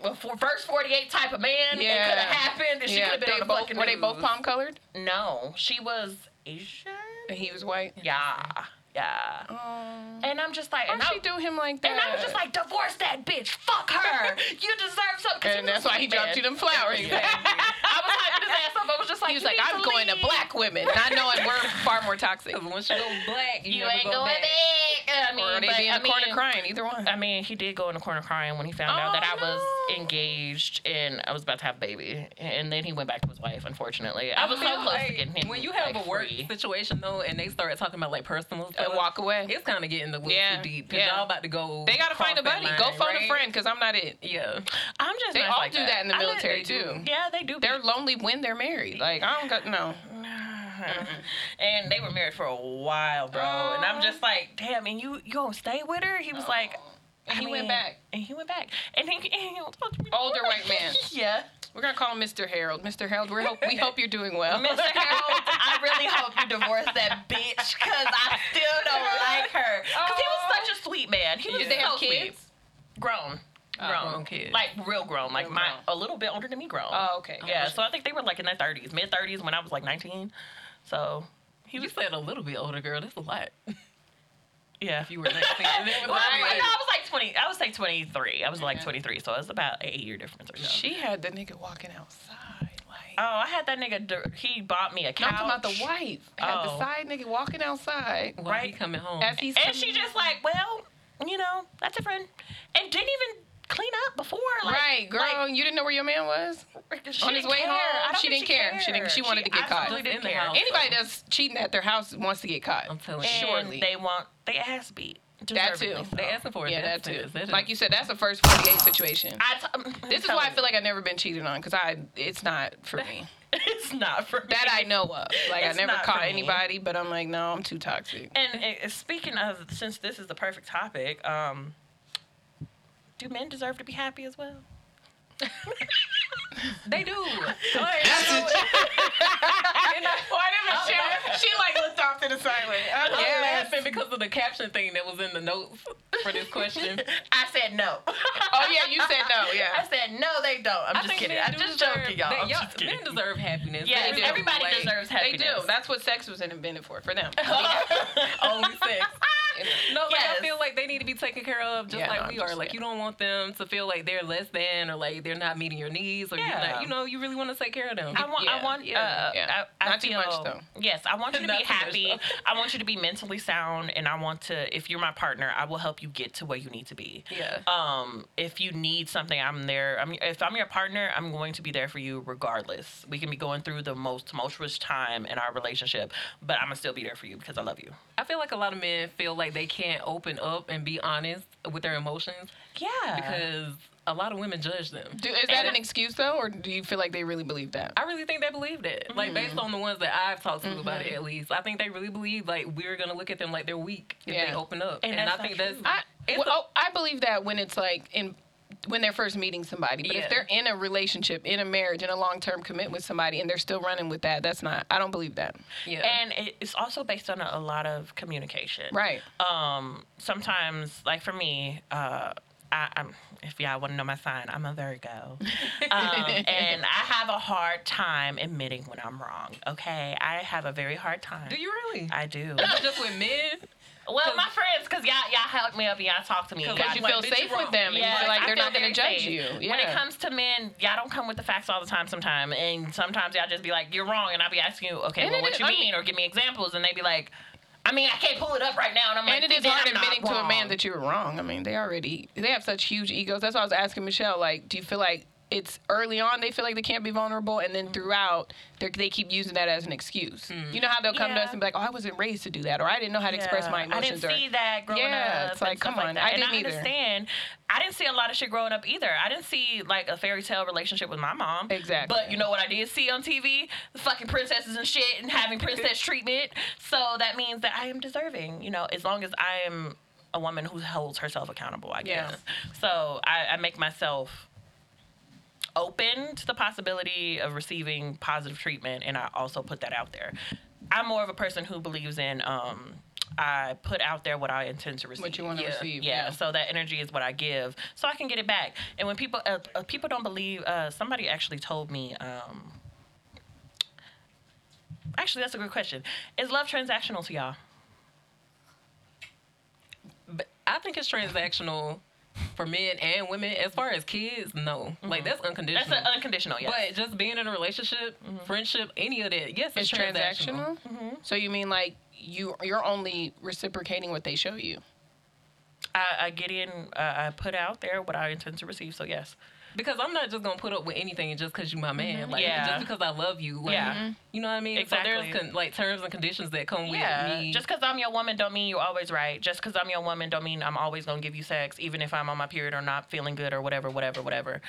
A: a, a f- verse 48 type of man. It
B: Yeah.
A: could have happened and she could have been
B: they
A: on the
B: both,
A: fucking
B: Were they both
A: news.
B: palm colored?
A: No, she was Asian.
B: And he was white.
A: Yeah, yeah. and I'm just like,
B: Why
A: and I-
B: Oh. Um, she do him like that?
A: And I was just like, divorce that bitch.
B: *laughs*
A: Fuck her. You deserve something. 'Cause
B: and
A: was
B: that's why he
A: like
B: dropped
A: that.
B: you
A: *laughs*
B: them flowers.
A: I was hyping his ass up. I was just
B: *laughs*
A: like,
B: he was
A: "You
B: like,
A: need
B: I'm going to
A: leave.
B: black women, not knowing we're far more
A: *laughs*
B: toxic.
D: Because once you go black, you,
A: You
D: never
A: ain't
D: go
A: going
D: back.
A: back. I mean,
B: Or they
A: but,
B: be in
A: I
B: the corner
A: mean,
B: crying, either one.
A: I mean, he did go in the corner crying when he found out
B: Oh,
A: that I
B: no.
A: was engaged and I was about to have a baby. And then he went back to his wife, unfortunately. I, was so
D: feel
A: close
D: like
A: to getting him.
D: When you have
A: like,
D: a work
A: free.
D: situation though, and they start talking about like personal stuff,
B: And walk away.
D: It's kind of getting the woods
B: Yeah,
D: too deep. Cause
B: yeah.
D: y'all about to go.
B: They gotta find a
D: cross that
B: buddy.
D: line,
B: Go phone a
D: right?
B: friend, cause I'm not it.
D: Yeah.
A: I'm just
B: They
A: not
B: all
A: like
B: do that. in the
D: I bet
B: military
D: they do.
B: too.
A: Yeah, they do. be-
B: They're lonely when they're married. Like I don't got no.
A: *laughs* and they were married for a while, bro. And I'm just like, damn. And you you gonna stay with her? He was like,
B: And he
A: I
B: went
A: mean,
B: back.
A: And he went back. And he, and he don't talk to me no
B: Older
A: more.
B: white man.
A: *laughs* yeah.
B: We're gonna call him Mr. Harold. Mr. Harold, we hope we hope you're doing well.
A: Mr. Harold, I really hope you divorce that bitch because I still don't *laughs* like her. Because he was
B: Aw.
A: such a sweet man. He was
B: Did they
A: so
B: have
A: sweet.
B: kids?
A: Grown. Grown.
D: grown kids.
A: Like real grown. Like
B: Real
A: my
B: grown.
A: a little bit older than me grown.
B: Oh, okay.
A: yeah. So I think they were like in their thirties, mid thirties when I was like nineteen. So
D: You said a little bit older girl. That's a lot.
A: yeah.
D: If you were like,
A: *laughs*
D: thinking it was
A: Well, I, was,
D: like-
A: no, I was like 20. I was like 23. I was like 23, so it was about an eight year difference or so.
B: She had the nigga walking outside. Like
A: oh, I had that nigga. dir- He bought me a couch.
B: I'm talking about the wife. Had the
A: Oh.
B: side nigga walking outside
D: Why he
A: right?
D: coming home?
B: as he's
A: And she just like, well, you know, that's a friend, and didn't even clean up before. Like,
B: right, girl.
A: like,
B: you didn't know where your man was.
A: she
B: on his
A: didn't
B: way
A: care.
B: home,
A: I don't
B: she
A: think
B: didn't care. She didn't- she wanted to get caught.
A: absolutely didn't
D: In the
A: care.
D: house.
A: And-
B: Anybody that's cheating at their house wants to get caught.
D: I'm telling you.
A: And
B: Surely.
A: they want they ass beat.
B: That too.
A: Deservedly so.
D: They asking for a
B: yeah, that
D: death
B: too.
D: sentence. That is-
B: Like you said, that's the first 48 situation.
A: I t- *laughs* I'm
B: this is
A: telling
B: why I
A: you,
B: feel like I've never been cheated on because I it's not for
A: *laughs*
B: me.
A: it's not for me.
B: That I know of. Like I
A: It's
B: never
A: not for
B: caught
A: me.
B: anybody, but I'm like, no, I'm too toxic.
A: And uh, speaking of, since this is the perfect topic, um, do men deserve to be happy as *laughs* well?
B: *laughs*
D: they do.
B: She, like looked off to the side like,
D: I'm
B: yes.
D: laughing because of the caption thing that was in the notes for this
B: *laughs*
D: question.
A: I said no.
B: Oh yeah, you said no,
A: I
B: yeah.
A: said no, they don't. I'm just kidding.
D: men
A: I'm
D: do
A: just
D: deserve-
A: joking, y'all.
D: they-
A: I'm just kidding.
D: Men deserve happiness.
A: Yeah,
D: They
A: they
D: do.
A: do. everybody
D: Like,
A: deserves
B: They
A: happiness.
B: do. That's what
A: *laughs*
B: sex was invented for for them.
D: Only sex. No, like
A: Yes. *laughs*
D: I feel like they need to be taken care of just
B: Yeah, no,
D: like
B: I
D: we are. Like
B: understand.
D: you don't want them to feel like they're less than or like they're not meeting your needs or you're
A: Yeah.
D: not, you know you really want to take care of them.
A: I want. I
B: Yeah,
A: want.
D: yeah,
A: uh,
B: yeah.
A: I, I
B: Not too
A: feel,
B: much, though.
A: Yes, I want you to
D: Not
A: be
D: too much,
A: happy.
D: though.
A: I want you to be mentally sound, and I want to. If you're my partner, I will help you get to where you need to be.
D: Yeah.
A: Um, if you need something, I'm there. I mean, if I'm your partner, I'm going to be there for you regardless. We can be going through the most tumultuous time in our relationship, but I'm gonna still be there for you because I love you.
D: I feel like a lot of men feel like they can't open up and be honest with their emotions
A: Yeah.
D: because a lot of women judge them.
B: Do, is that an excuse though, or do you feel like they really believe that?
D: I really think they believe that.
A: Mm-hmm.
D: Like based on the ones that I've talked to about it at least, I think they really believe like we're gonna look at them like they're weak if they
B: Yeah.
D: open up.
A: And
D: And,
A: that's
D: I think
A: not
D: that's
A: true.
B: I
D: it's
B: well,
D: a-
B: oh, I believe that when it's like in when they're first meeting somebody, but
D: Yeah.
B: if they're in a relationship, in a marriage, in a long term commitment with somebody, and they're still running with that, that's not. I don't believe that.
D: yeah.
A: And it- it's also based on a, a lot of communication.
B: Right.
A: um sometimes like for me uh I, I'm, if y'all want to know my sign, I'm a
B: *laughs*
A: Virgo, um, and I have a hard time admitting when I'm wrong. Okay, I have a very hard time.
D: do you really?
B: *laughs*
A: I do.
D: just with men?
A: well, my friends, cause y'all y'all help me up, and y'all talk to me.
D: 'Cause
A: Y'all
B: Because you
D: like,
B: feel
D: bitch, you
B: safe with
D: wrong.
B: them, and you
A: Yes,
B: feel like
A: I
B: they're
A: feel
B: not going
A: very
B: to judge
A: safe.
B: you. Yeah.
A: When it comes to men, y'all don't come with the facts all the time. Sometimes, and sometimes y'all just be like, "You're wrong," and I'll be asking you, "Okay,
B: And
A: well,
B: it
A: what
B: is-
A: you
B: I
A: mean?"
B: mean-
A: or give me examples, and they be like, "I mean, I can't pull it up right now," and I'm like,
B: and it is
A: "Then
B: hard
A: I'm not
B: admitting to a man
A: wrong."
B: that you were wrong. I mean, they already they have such huge egos. That's why I was asking Michelle. Like, do you feel like it's early on they feel like they can't be vulnerable, and
A: Mm-hmm.
B: then throughout they're- they keep using that as an excuse. You know how they'll come to us
A: Yeah.
B: and be like, "Oh, I wasn't raised to do that," or "I didn't know how to express
A: Yeah.
B: my emotions."
A: I
B: or,
A: didn't see that growing
B: Yeah,
A: up.
B: it's like,
A: and stuff
B: come on,
A: like that.
B: I
A: and
B: didn't
A: I
B: either.
A: understand. I didn't see a lot of shit growing up either. I didn't see like a fairy tale relationship with my mom.
B: Exactly.
A: But you know what I did see on TV? The fucking princesses and shit and
B: *laughs*
A: having princess treatment. So that means that I am deserving, you know, as long as I am a woman who holds herself accountable, I
B: Yeah.
A: guess. So I, I make myself open to the possibility of receiving positive treatment, and I also put that out there. I'm more of a person who believes in um, I put out there what I intend to receive.
B: what you want to
D: Yeah.
B: receive.
A: yeah, so that energy is what I give, so I can get it back. And when people uh, uh, people don't believe, uh, somebody actually told me. Um, actually, that's a good question. Is love transactional to y'all?
D: But I think it's transactional for men and women. As far as kids, no. Like that's unconditional.
A: Mm-hmm.
B: Mm-hmm.
A: That's Mm-hmm. an unconditional. Yes.
D: But just being in a relationship, friendship, any of that, yes,
B: It's
D: it's,
B: transactional.
A: Mm-hmm.
B: So you mean like you you're only reciprocating what they show you.
A: I, I get in. Uh, I put out there what I intend to receive. So yes.
D: Because I'm not just gonna put up with anything just because you
B: Mm-hmm.
D: my man. Like
A: Yeah.
D: just because I love you. Like,
A: Yeah. Mhm.
D: You know what I mean? So
A: Exactly.
D: there's con- like terms and conditions that come with me.
A: Just because I'm your woman don't mean you're always right. Just because I'm your woman don't mean I'm always gonna give you sex, even if I'm on my period or not feeling good or whatever, whatever, whatever.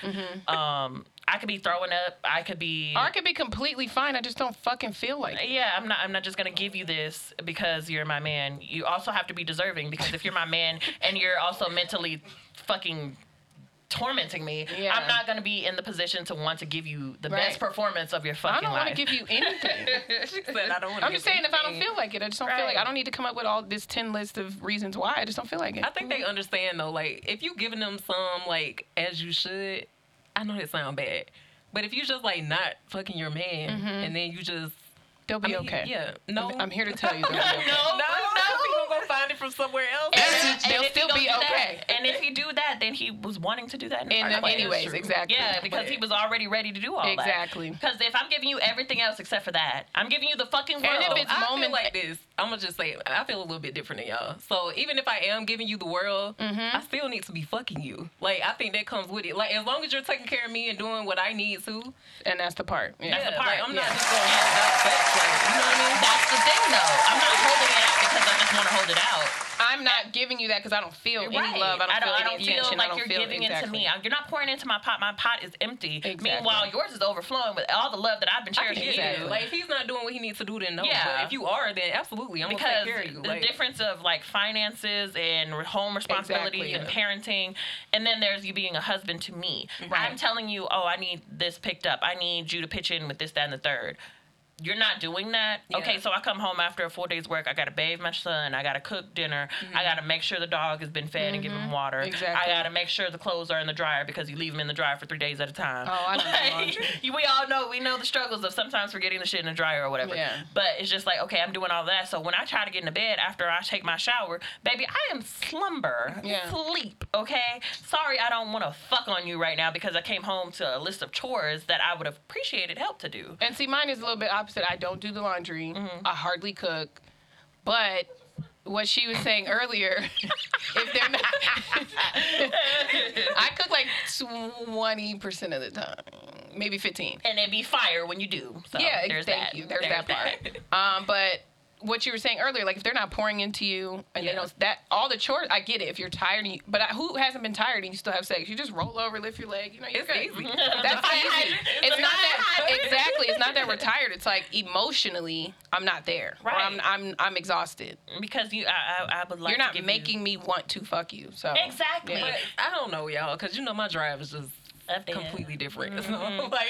A: Um, I could be throwing up. I could be.
B: Mm-hmm. Or I could be completely fine. I just don't fucking feel like. It.
A: yeah, I'm not. I'm not just gonna give you this because you're my man. You also have to be deserving because if you're my man
B: *laughs*
A: and you're also mentally fucking tormenting me,
B: Yeah.
A: I'm not gonna be in the position to want to give you the
B: Right.
A: best performance of your fucking
B: I don't
A: life.
B: want to
A: *laughs*
B: give you anything.
D: she said, I don't want
B: I'm just saying, if I don't feel like it, I just don't feel like
A: Right.
B: I don't need to come up with all this ten list of reasons why. I just don't feel like it.
D: I think they understand though. Like if you giving them some like as you should, I know that sound bad, but if you just like not fucking your man and then you just
B: they'll
D: I
B: Mm-hmm. be
D: mean,
B: okay.
D: Yeah. No.
B: I'm, I'm here to tell you. They'll be
A: *laughs*
B: okay.
D: *laughs* No. No. People gonna find it from somewhere else.
A: And-
B: They'll
A: and if
B: still
A: he
B: be
A: gonna do that-
B: okay.
A: and if he do that, then he was wanting to do that in the
B: In
A: first
B: the,
A: place.
B: anyways,
D: true.
B: exactly.
A: Yeah, because he was already ready to do all that.
B: Exactly.
A: Because if I'm giving you everything else except for that, I'm giving you the fucking world.
B: And if it's
D: I
B: moment-
D: feel like this. I'm gonna just say it. I feel a little bit different than y'all. So even if I am giving you the world, I still need to be fucking you. Like I think that comes with it. Like as long as you're taking care of me and doing what I need to,
B: and that's the part. Yeah.
A: That's the
D: yeah,
A: part,
D: like, I'm not
A: yeah.
D: just gonna have that sex. Like, you know what I mean?
A: that's the thing, though. I'm not holding it out because I just want to hold it out.
B: I'm not giving you that because I don't feel any love. I don't, feel any attention.
A: like
B: I don't
A: you're
B: feel
A: giving
B: exactly.
A: it to me. I- You're not pouring into my pot. My pot is empty.
B: Exactly.
A: Meanwhile, yours is overflowing with all the love that I've been
D: I
A: sharing
D: can
A: with
D: get
A: you.
B: Exactly.
D: it. Like if he's not doing what he needs to do, then no.
A: Yeah.
D: But if you are, then absolutely, I'm
A: because
D: gonna take care of you.
A: the
D: Like,
A: difference of like finances and re- home responsibilities
B: Exactly.
A: and parenting, and then there's you being a husband to me.
D: Right.
A: I'm telling you, oh, I need this picked up. I need you to pitch in with this, that, and the third. you're not doing that.
D: Yeah.
A: Okay, so I come home after a full day's work. I gotta bathe my son. I gotta cook dinner. I gotta make sure the dog has been fed and give him water. I
B: Mm-hmm. Exactly.
A: gotta make sure the clothes are in the dryer because you leave them in the dryer for three days at a time.
B: Oh,
A: *laughs*
B: I know the laundry.
A: you- we all know we know the struggles of sometimes forgetting the shit in the dryer or whatever.
B: Yeah.
A: But it's just like okay, I'm doing all that. So when I try to get into bed after I take my shower, baby, I am slumber,
B: Yeah.
A: sleep. Okay, sorry, I don't want to fuck on you right now because I came home to a list of chores that I would have appreciated help to do.
B: And see, mine is a little bit opposite. I don't do the laundry. I hardly cook. But what she was saying earlier, *laughs* if they're not, *laughs* I cook like twenty percent of the time, maybe fifteen.
A: And it'd be fire when you do. So
B: yeah,
A: there's
B: thank
A: that.
B: you. There's, that part.
A: *laughs*
B: um, but what you were saying earlier, like if they're not pouring into you and
D: Yeah.
B: they don't that all the chores, I get it. If you're tired, and you, but I, who hasn't been tired and you still have sex? You just roll over, lift your leg. You know, you're
D: It's
B: good.
D: easy.
B: *laughs* That's easy. It's not that
A: Right.
B: exactly. It's not that we're tired. It's like emotionally, I'm not there. Or I'm
A: Right.
B: I'm I'm exhausted.
A: *laughs* Because you, I, I, I would like.
B: you're
A: to
B: not
A: give you-
B: making me want to fuck you. So
A: Exactly.
B: Yeah.
D: But I don't know, y'all, because you know my drive is just
A: Up there.
D: completely different. *laughs* So, like,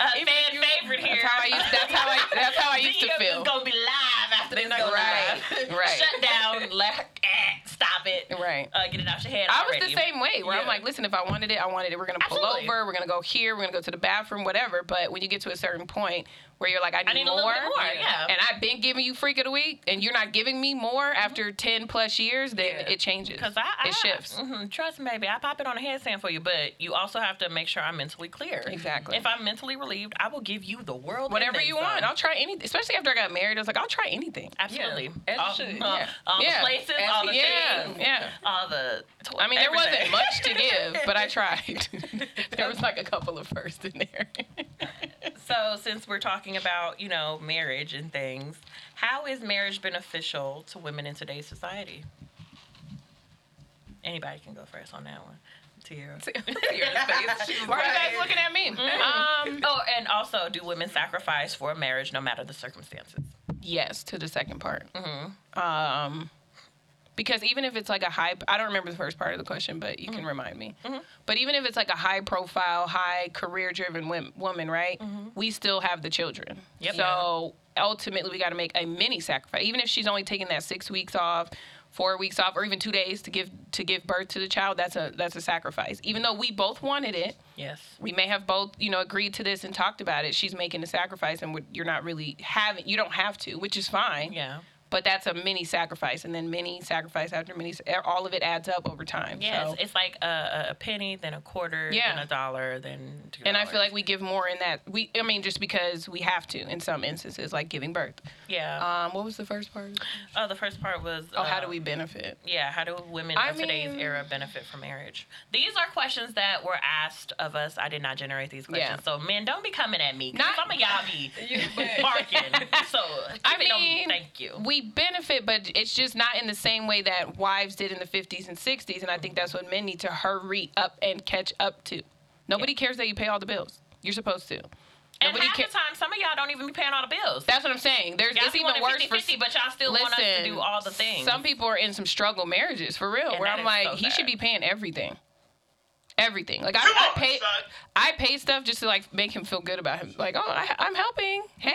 A: a fan favorite here.
B: That's how I used. That's how I. That's how I used to
A: Videos is
B: feel.
A: gonna be live after
D: They're
A: this.
D: not
A: goes
B: right,
A: live.
B: right.
A: Shut down. Let, eh, stop it.
B: Right.
A: Uh, get it out your head.
B: I was
A: already.
B: the same way where I'm
D: Yeah.
B: like, listen, if I wanted it, I wanted it. We're gonna pull
A: Absolutely.
B: over, we're gonna go here, we're gonna go to the bathroom, whatever. But when you get to a certain point where you're like, I need,
A: need a little bit more, yeah. Mm-hmm.
B: And I've been giving you freak of the week and you're not giving me more after ten plus years, then
D: Yeah.
B: it changes.
A: Cause I, I
B: it shifts.
A: mhm, trust me, baby. I pop it on a handstand for you, but you also have to make sure I'm mentally clear.
B: Exactly.
A: If I'm mentally relieved, I will give you the world. and
B: Whatever
A: then
B: you
A: some.
B: want. I'll try anything especially after I got married, I was like, I'll try anything.
A: Absolutely.
D: as you
A: all,
D: should.
A: all-
B: Yeah.
A: all
B: Yeah.
A: Uh, uh-huh. the places,
D: As
A: all the
D: you
B: yeah.
A: things,
B: Yeah.
A: all the. to-
B: I mean, there wasn't
A: everything.
B: much to give, but I
A: *laughs*
B: tried. there was like a couple of firsts in there. *laughs*
A: So, since we're talking about, you know, marriage and things, how is marriage beneficial to women in today's society? Anybody can go first on that one. Tierra. *laughs*
D: your face, she was
B: Why are you
D: like-
B: guys looking at me? Um,
A: Oh, and also, do women sacrifice for a marriage no matter the circumstances?
B: yes to the second part. Um, because even if it's like a high, I don't remember the first part of the question, but you can remind me. But even if it's like a high profile, high career driven woman, right? We still have the children.
A: Yep.
B: So ultimately, we got to make a mini sacrifice. Even if she's only taking that six weeks off, four weeks off, or even two days to give to give birth to the child, that's a that's a sacrifice. Even though we both wanted it,
A: Yes.
B: we may have both you know agreed to this and talked about it she's making a sacrifice and would- you're not really having you don't have to which is fine
A: Yeah.
B: but that's a mini sacrifice and then mini sacrifice after mini er, all of it adds up over time
A: Yes.
B: so.
A: It's like a, a- a penny, then a quarter,
B: Yeah.
A: then a dollar, then two
B: and i feel
A: dollars.
B: like we give more in that we i mean just because we have to in some instances like giving birth
A: yeah.
B: um what was the first part
A: oh, the first part was.
B: oh how
A: uh,
B: do we benefit
A: Yeah, how do women
B: I
A: of today's
B: mean-
A: era benefit from marriage? These are questions that were asked of us. I did not generate these questions. So, men, don't be coming at me. 'cause
B: Not-
A: some of y'all
B: *laughs*
A: be
D: You bet.
A: barking. so,
B: I
A: keep it on me.
B: mean,
A: thank you.
B: we benefit, but it's just not in the same way that wives did in the 50s and 60s. And I think that's what men need to hurry up and catch up to. Nobody cares that you pay all the bills. You're supposed to.
A: And
B: Nobody
A: half
B: ca-
A: the time, some of y'all don't even be paying all the bills.
B: That's what I'm saying. There's
A: y'all
B: it's
A: be
B: even
A: wanting
B: worse
A: 50-50,
B: for
A: but y'all still want us to do all the things.
B: Some people are in some struggle marriages for real,
A: And
B: where I'm
A: that is
B: like,
A: so
B: he should
A: sad.
B: be paying everything. Everything. Like I, I pay I pay stuff just to like make him feel good about him. Like, oh, I, I'm helping.
A: *laughs*
B: Hey.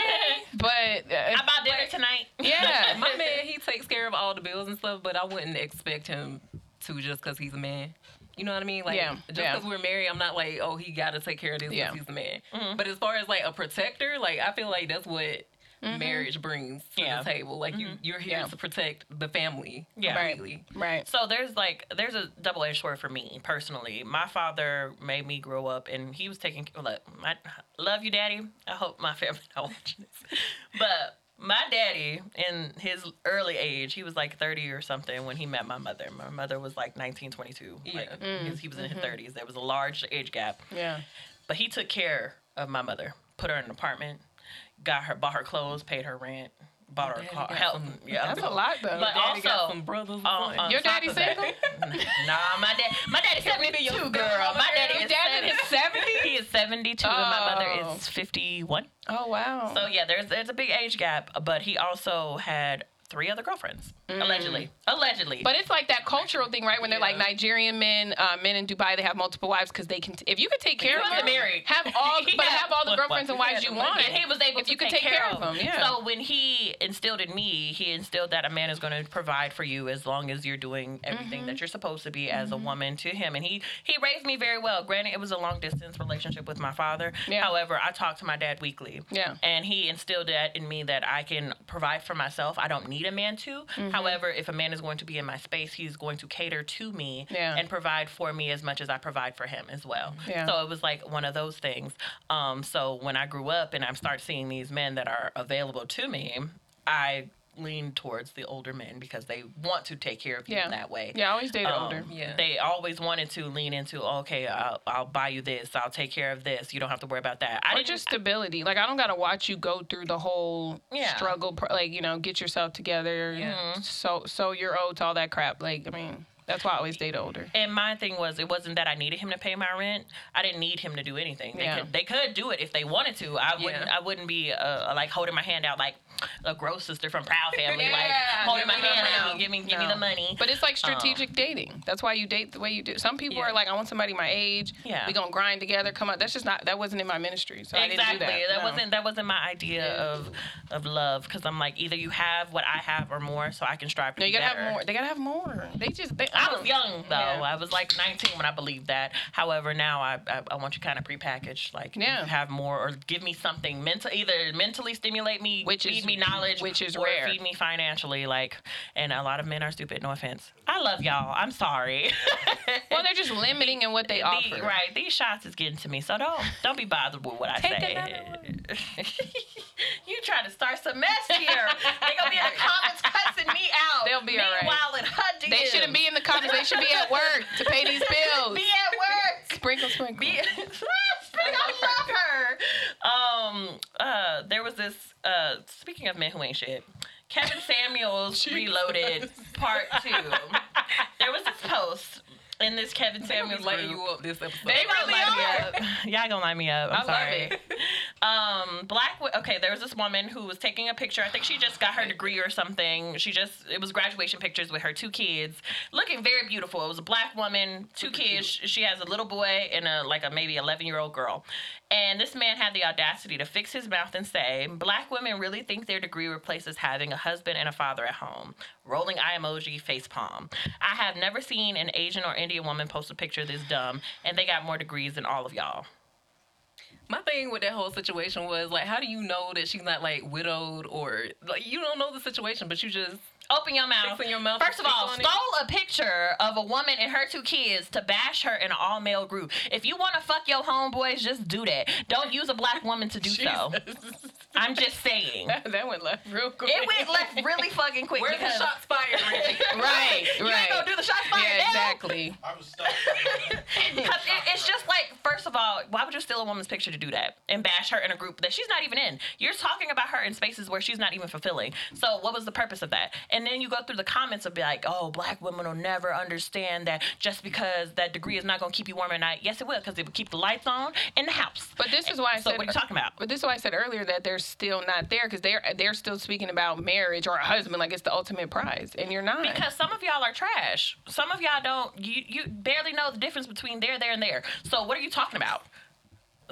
B: But uh,
A: I bought dinner tonight. *laughs*
B: yeah.
D: My man, he takes care of all the bills and stuff, but I wouldn't expect him to just because he's a man. You know what I mean? Like,
B: Yeah,
D: just
B: yeah.
D: because we're married, I'm not like, oh, he got to take care of this because
B: Yeah. Mm-hmm.
D: he's a man. But as far as like a protector, like, I feel like that's what marriage brings to
A: Yeah.
D: the table. Like, you, you're here
B: Mm-hmm. Yeah.
D: to protect the family
A: Yeah. Right.
D: completely.
B: Right.
A: So there's like there's a double edged sword for me personally. My father made me grow up, and he was taking look. I love you, daddy. I hope my family *laughs* not watching this, but my daddy in his early age, he was like 30 or something when he met my mother. My mother was like 19, 22. Like,
D: Yeah.
A: his- he was
D: Mm-hmm.
A: in his 30s. There was a large age gap.
B: Yeah.
A: But he took care of my mother, put her in an apartment, got her, bought her clothes, paid her rent, bought her
D: Oh, Daddy
A: car,
D: got
A: helped.
D: some-
A: Yeah,
B: That's a lot though.
A: But
D: Daddy got
A: also-
D: some brothers.
A: Oh,
D: and
A: uh,
D: um,
B: Your daddy's
A: on top
B: *laughs*
A: of
B: single?
A: that- *laughs* nah, my dad, my daddy's seventy-two, girl. My daddy
B: Your
A: is
B: dad is
A: 70. He is seventy-two, and my
B: Oh.
A: mother is fifty-one.
B: Oh wow.
A: So yeah, there's there's a big age gap, but he also had three other girlfriends,
B: Mm.
A: allegedly. Allegedly.
B: But it's like that cultural thing, right? When they're like
D: Yeah.
B: Nigerian men, uh, men in Dubai, they have multiple wives because they can. if you could take care of them,
D: wasn't married.
B: have
A: *laughs*
B: all,
A: He
B: but
A: had-
B: have all the
A: look, what-
B: girlfriends and
A: he
B: wives
A: had
B: you
A: the
B: want.
A: money.
D: And he was able
B: if
D: to
B: you could
D: take
B: take
D: care
B: care
D: of
B: of them. Yeah.
A: So when he instilled in me, he instilled that a man is going to provide for you as long as you're doing everything
B: Mm-hmm.
A: that you're supposed to be as a woman to him. And he he raised me very well. Granted, it was a long distance relationship with my father.
B: Yeah.
A: However, I talked to my dad weekly.
B: Yeah.
A: And he instilled that in me that I can provide for myself. I don't need a man to.
B: Mm-hmm.
A: However, if a man is going to be in my space, he's going to cater to me
B: Yeah.
A: and provide for me as much as I provide for him as well.
B: Yeah.
A: So it was like one of those things. Um, so when I grew up and I start seeing these men that are available to me, I lean towards the older men because they want to take care of you
B: Yeah.
A: in that way.
B: Yeah, I always dated
A: Um,
B: older.
D: Yeah.
A: They always wanted to lean into, okay, I'll, I'll buy you this, I'll take care of this, you don't have to worry about that. I
B: Or
A: didn't-
B: just stability. Like I don't gotta watch you go through the whole
A: Yeah.
B: struggle. Pr- like you know, get yourself together.
D: Yeah.
B: So so you're owed to all that crap. Like I mean, that's why I always date older.
A: And my thing was, it wasn't that I needed him to pay my rent. I didn't need him to do anything. They
B: Yeah.
A: could they could do it if they wanted to. I wouldn't
D: Yeah.
A: I wouldn't be uh, like holding my hand out like a gross sister from
B: *laughs*
A: Proud Family, like
B: Yeah,
A: holding my
B: give me the
A: hand out,
B: money.
A: give me give me
B: No.
A: the money.
B: But it's like
A: Um,
B: strategic dating. That's why you date the way you do. Some people
D: Yeah.
B: are like, I want somebody my age.
A: Yeah.
B: We gonna grind together. Come on. That's just not. That wasn't in my ministry. So I
A: exactly.
B: didn't do that. No.
A: wasn't that wasn't my idea of of love because I'm like either you have what I have or more, so I can strive to
B: No,
A: be
B: you gotta
A: better. Oh.
B: have more. They gotta have more. They just. They,
A: I was young though.
B: Oh, Yeah.
A: I was like 19 when I believed that. However, now I I, I want you kind of prepackaged, like
B: Yeah.
A: you have more or give me something mental, either mentally stimulate me,
B: Which
A: feed
B: is-
A: me knowledge,
B: which is
A: or
B: rare.
A: feed me financially. Like, and a lot of men are stupid. No offense. I love y'all. I'm sorry.
B: Well, they're just limiting in what *laughs* they offer.
A: The- right, *laughs* these shots is getting to me, so don't don't be bothered with what I
D: Take another
A: say.
B: *laughs*
D: *laughs*
A: you trying to start some mess *laughs* here? they gonna be in the comments cussing me out.
B: They'll be all
A: Meanwhile,
B: right.
A: in her
B: They
A: DMs.
B: shouldn't be in the comments. They should be at work to pay these bills.
A: *laughs* Be at work.
B: sprinkle, sprinkle.
A: Be- *laughs* I love her. Oh Um, uh, there was this. Uh, speaking of men who ain't shit, Kevin
D: *laughs*
A: Samuels Reloaded Part Two. There was this post in this Kevin Samuels
D: Samuel's lighting
A: group.
D: you up this episode.
A: They
B: really
A: light me up. *laughs* Y'all gonna line me up. I'm
B: I love
A: sorry.
B: it.
A: Um, black. wo- Okay, there was this woman who was taking a picture. I think she just got her degree or something. She just it was graduation pictures with her two kids, looking very beautiful. It was a black woman, two kids. She has a little boy and a like a maybe 11 year old girl. And this man had the audacity to fix his mouth and say, "Black women really think their degree replaces having a husband and a father at home." Rolling eye emoji, face palm. I have never seen an Asian or Indian woman post a picture this dumb, and they got more degrees than all of y'all.
D: My thing with that whole situation was like, how do you know that she's not like widowed or like you don't know the situation, but you just
A: Open your mouth.
D: Fixing your mouth
A: First of
D: and
A: all,
D: fix on
A: stole
D: it.
A: a picture of a woman and her two kids to bash her in an all male group. If you want to fuck your homeboys, just do that. Don't use a black woman to do so. I'm just
D: *laughs*
B: *laughs*
A: saying.
B: That, that went left real quick.
A: It went left really fucking quick.
D: where's the
A: because *laughs*
D: shots fired, Reggie?
B: Right,
A: You
B: right.
A: ain't gonna do the shots fired.
B: yeah,
A: now.
B: exactly.
E: I was stuck.
A: 'Cause it- it's just like, first of all, why would you steal a woman's picture to do that and bash her in a group that she's not even in? You're talking about her in spaces where she's not even fulfilling. So what was the purpose of that? And then you go through the comments and be like, oh, black women will never understand that just because that degree is not going to keep you warm at night. Yes, it will, because it will keep the lights on in the house.
B: But this is why I
A: so
B: said.
A: what are you talking about?
B: But this is why I said earlier that they're still not there because they're they're still speaking about marriage or a husband like it's the ultimate prize, and you're not.
A: Because some of y'all are trash. Some of y'all don't. You you barely know the difference between there, there, and there. So what are you talking about?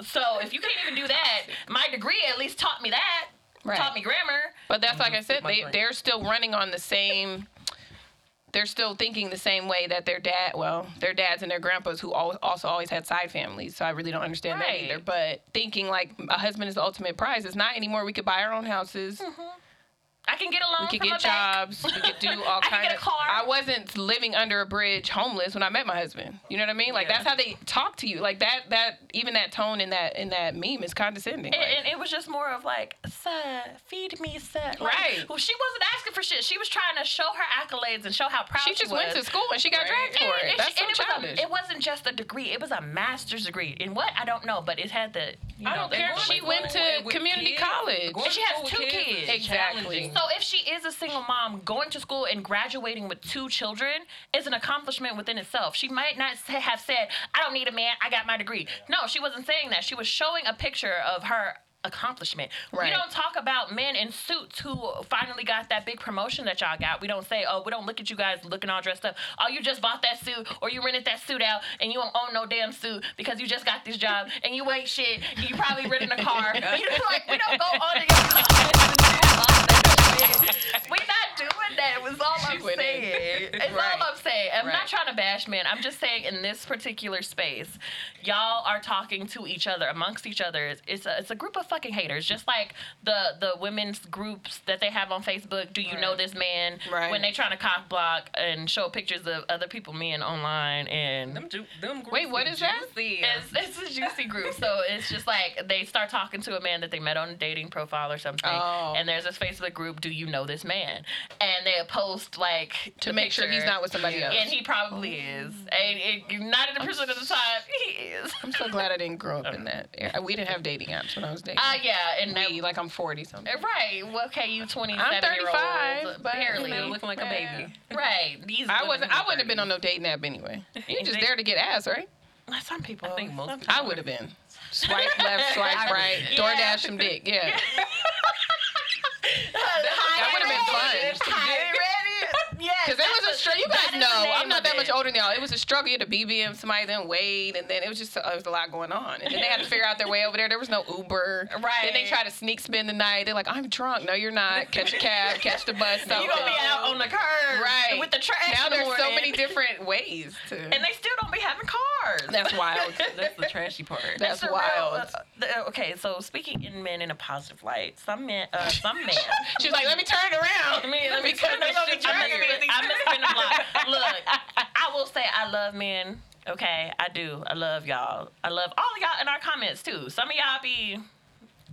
A: So if you can't even do that, my degree at least taught me that.
B: Right.
A: Taught me grammar.
B: but that's like I said,
D: my
B: they
D: drink.
B: they're still running on the same. They're still thinking the same way that their dad, well, their dads and their grandpas, who al- also always had side families. So I really don't understand
A: Right.
B: that either. But thinking like a husband is the ultimate prize, it's not anymore. We could buy our own houses.
A: I can get along.
B: We could
A: Mm-hmm. from
B: get
A: a bank.
B: jobs. We could
A: *laughs*
B: do all
A: I could
B: kinds.
A: get a
B: of,
A: car.
B: I wasn't living under a bridge, homeless when I met my husband. You know what I mean? Like
D: Yeah.
B: that's how they talk to you. Like that. That even that tone in that in that meme is condescending.
A: And,
B: Like,
A: and it was just more of like, sir, feed me, sir. Like,
B: Right.
A: Well, she wasn't asking for shit. She was trying to show her accolades and show how proud she,
B: she just
A: was.
B: went to school and she got
D: Right.
B: dragged for
A: And
B: it.
A: she-
B: That's so
A: and it was a-
B: childish.
A: it wasn't just a degree. It was a master's degree. In what? I don't know, but it had the. You
D: I
A: know,
D: don't
A: the
D: care if
A: woman-
B: she went to
D: With
B: community
D: kids,
B: college.
D: going
A: And she
D: to
A: has
D: school with
A: two
D: is
A: kids.
B: Exactly.
D: challenging.
A: So if she is a single mom, going to school and graduating with two children is an accomplishment within itself. She might not sa- have said, "I don't need a man. I got my degree." No, she wasn't saying that. She was showing a picture of her accomplishment.
B: Right.
A: We don't talk about men in suits who finally got that big promotion that y'all got. We don't say, oh, we don't look at you guys looking all dressed up. Oh, you just bought that suit or you rented that suit out and you don't own no damn suit because you just got this job and you ain't shit. You probably rented a car. *laughs* you know, like, we don't go on *laughs* to We're not doing that. It was all
B: She
A: I'm
B: went in.
A: saying. It's
B: Right.
A: all I'm saying. I'm
B: Right.
A: not trying to bash men. I'm just saying in this particular space, y'all are talking to each other amongst each other. It's, it's a it's a group of fucking haters. Just like the the women's groups that they have on Facebook. Do you know
B: Right.
A: this man?
B: Right.
A: When they trying to cock block and show pictures of other people men online and
D: Them, ju- them
B: Wait, what is that?
A: it's, it's a juicy group. So it's just like they start talking to a man that they met on a dating profile or something.
B: Oh.
A: And there's this Facebook group, Do You Know This Man? And they post like
B: to make sure he's not with somebody else.
A: And he probably is. And it, 90% of the time, he is.
B: I'm so glad I didn't grow up in that. era. We didn't have dating apps when I was dating.
A: Uh, yeah, and
B: we, like I'm 40 something.
A: right. Well, okay, you 27
B: I'm 35,
A: year old,
B: but, you
A: barely.
B: know,
D: looking like
B: Yeah.
D: a baby.
A: Right. These
B: I
A: women
B: wasn't.
A: who
B: I
A: are
B: wouldn't have been on no dating app *laughs* anyway. You just there to get ass, right?
A: thirty. Some people.
D: I think most
A: some-
D: people-
B: I would have been. Swipe *laughs* left, swipe right,
A: Yeah.
B: door dash some dick. Yeah.
A: Uh, High
B: would've been
A: and
B: fun.
A: ready.
B: *laughs*
A: High and ready. Yes.
B: Because it was a struggle. You
A: that
B: guys
A: is
B: know
A: the name
B: I'm not
A: of
B: that much
A: it.
B: older than y'all. It was a struggle. You had to BBM somebody, then wait, and then it was just it was a lot going on. And then they had to figure out their way over there. There was no Uber.
A: Right.
B: Then they try to sneak spend the night. They're like, I'm drunk. No, you're not. Catch a cab. Catch the bus. Something.
A: *laughs* You gonna be out on the curb,
B: Right.
A: With the trash.
B: now
A: in the
B: there's so
A: morning.
B: many different ways to.
A: *laughs* and they still don't be having cars. *laughs*
B: that's wild.
D: That's the trashy part.
B: That's
A: the real-
B: wild.
A: uh, the- okay, so speaking in men in a positive light, some men,
D: *laughs*
A: uh, some men.
B: She's like, let me turn it around.
A: I mean, let me
B: Because
A: turn
B: they're
A: this
B: gonna be
A: shit I'm
B: driving me.
A: gonna spin the block. Look, *laughs* I will say I love men. Okay, I do. I love y'all. I love all of y'all in our comments too. Some of y'all be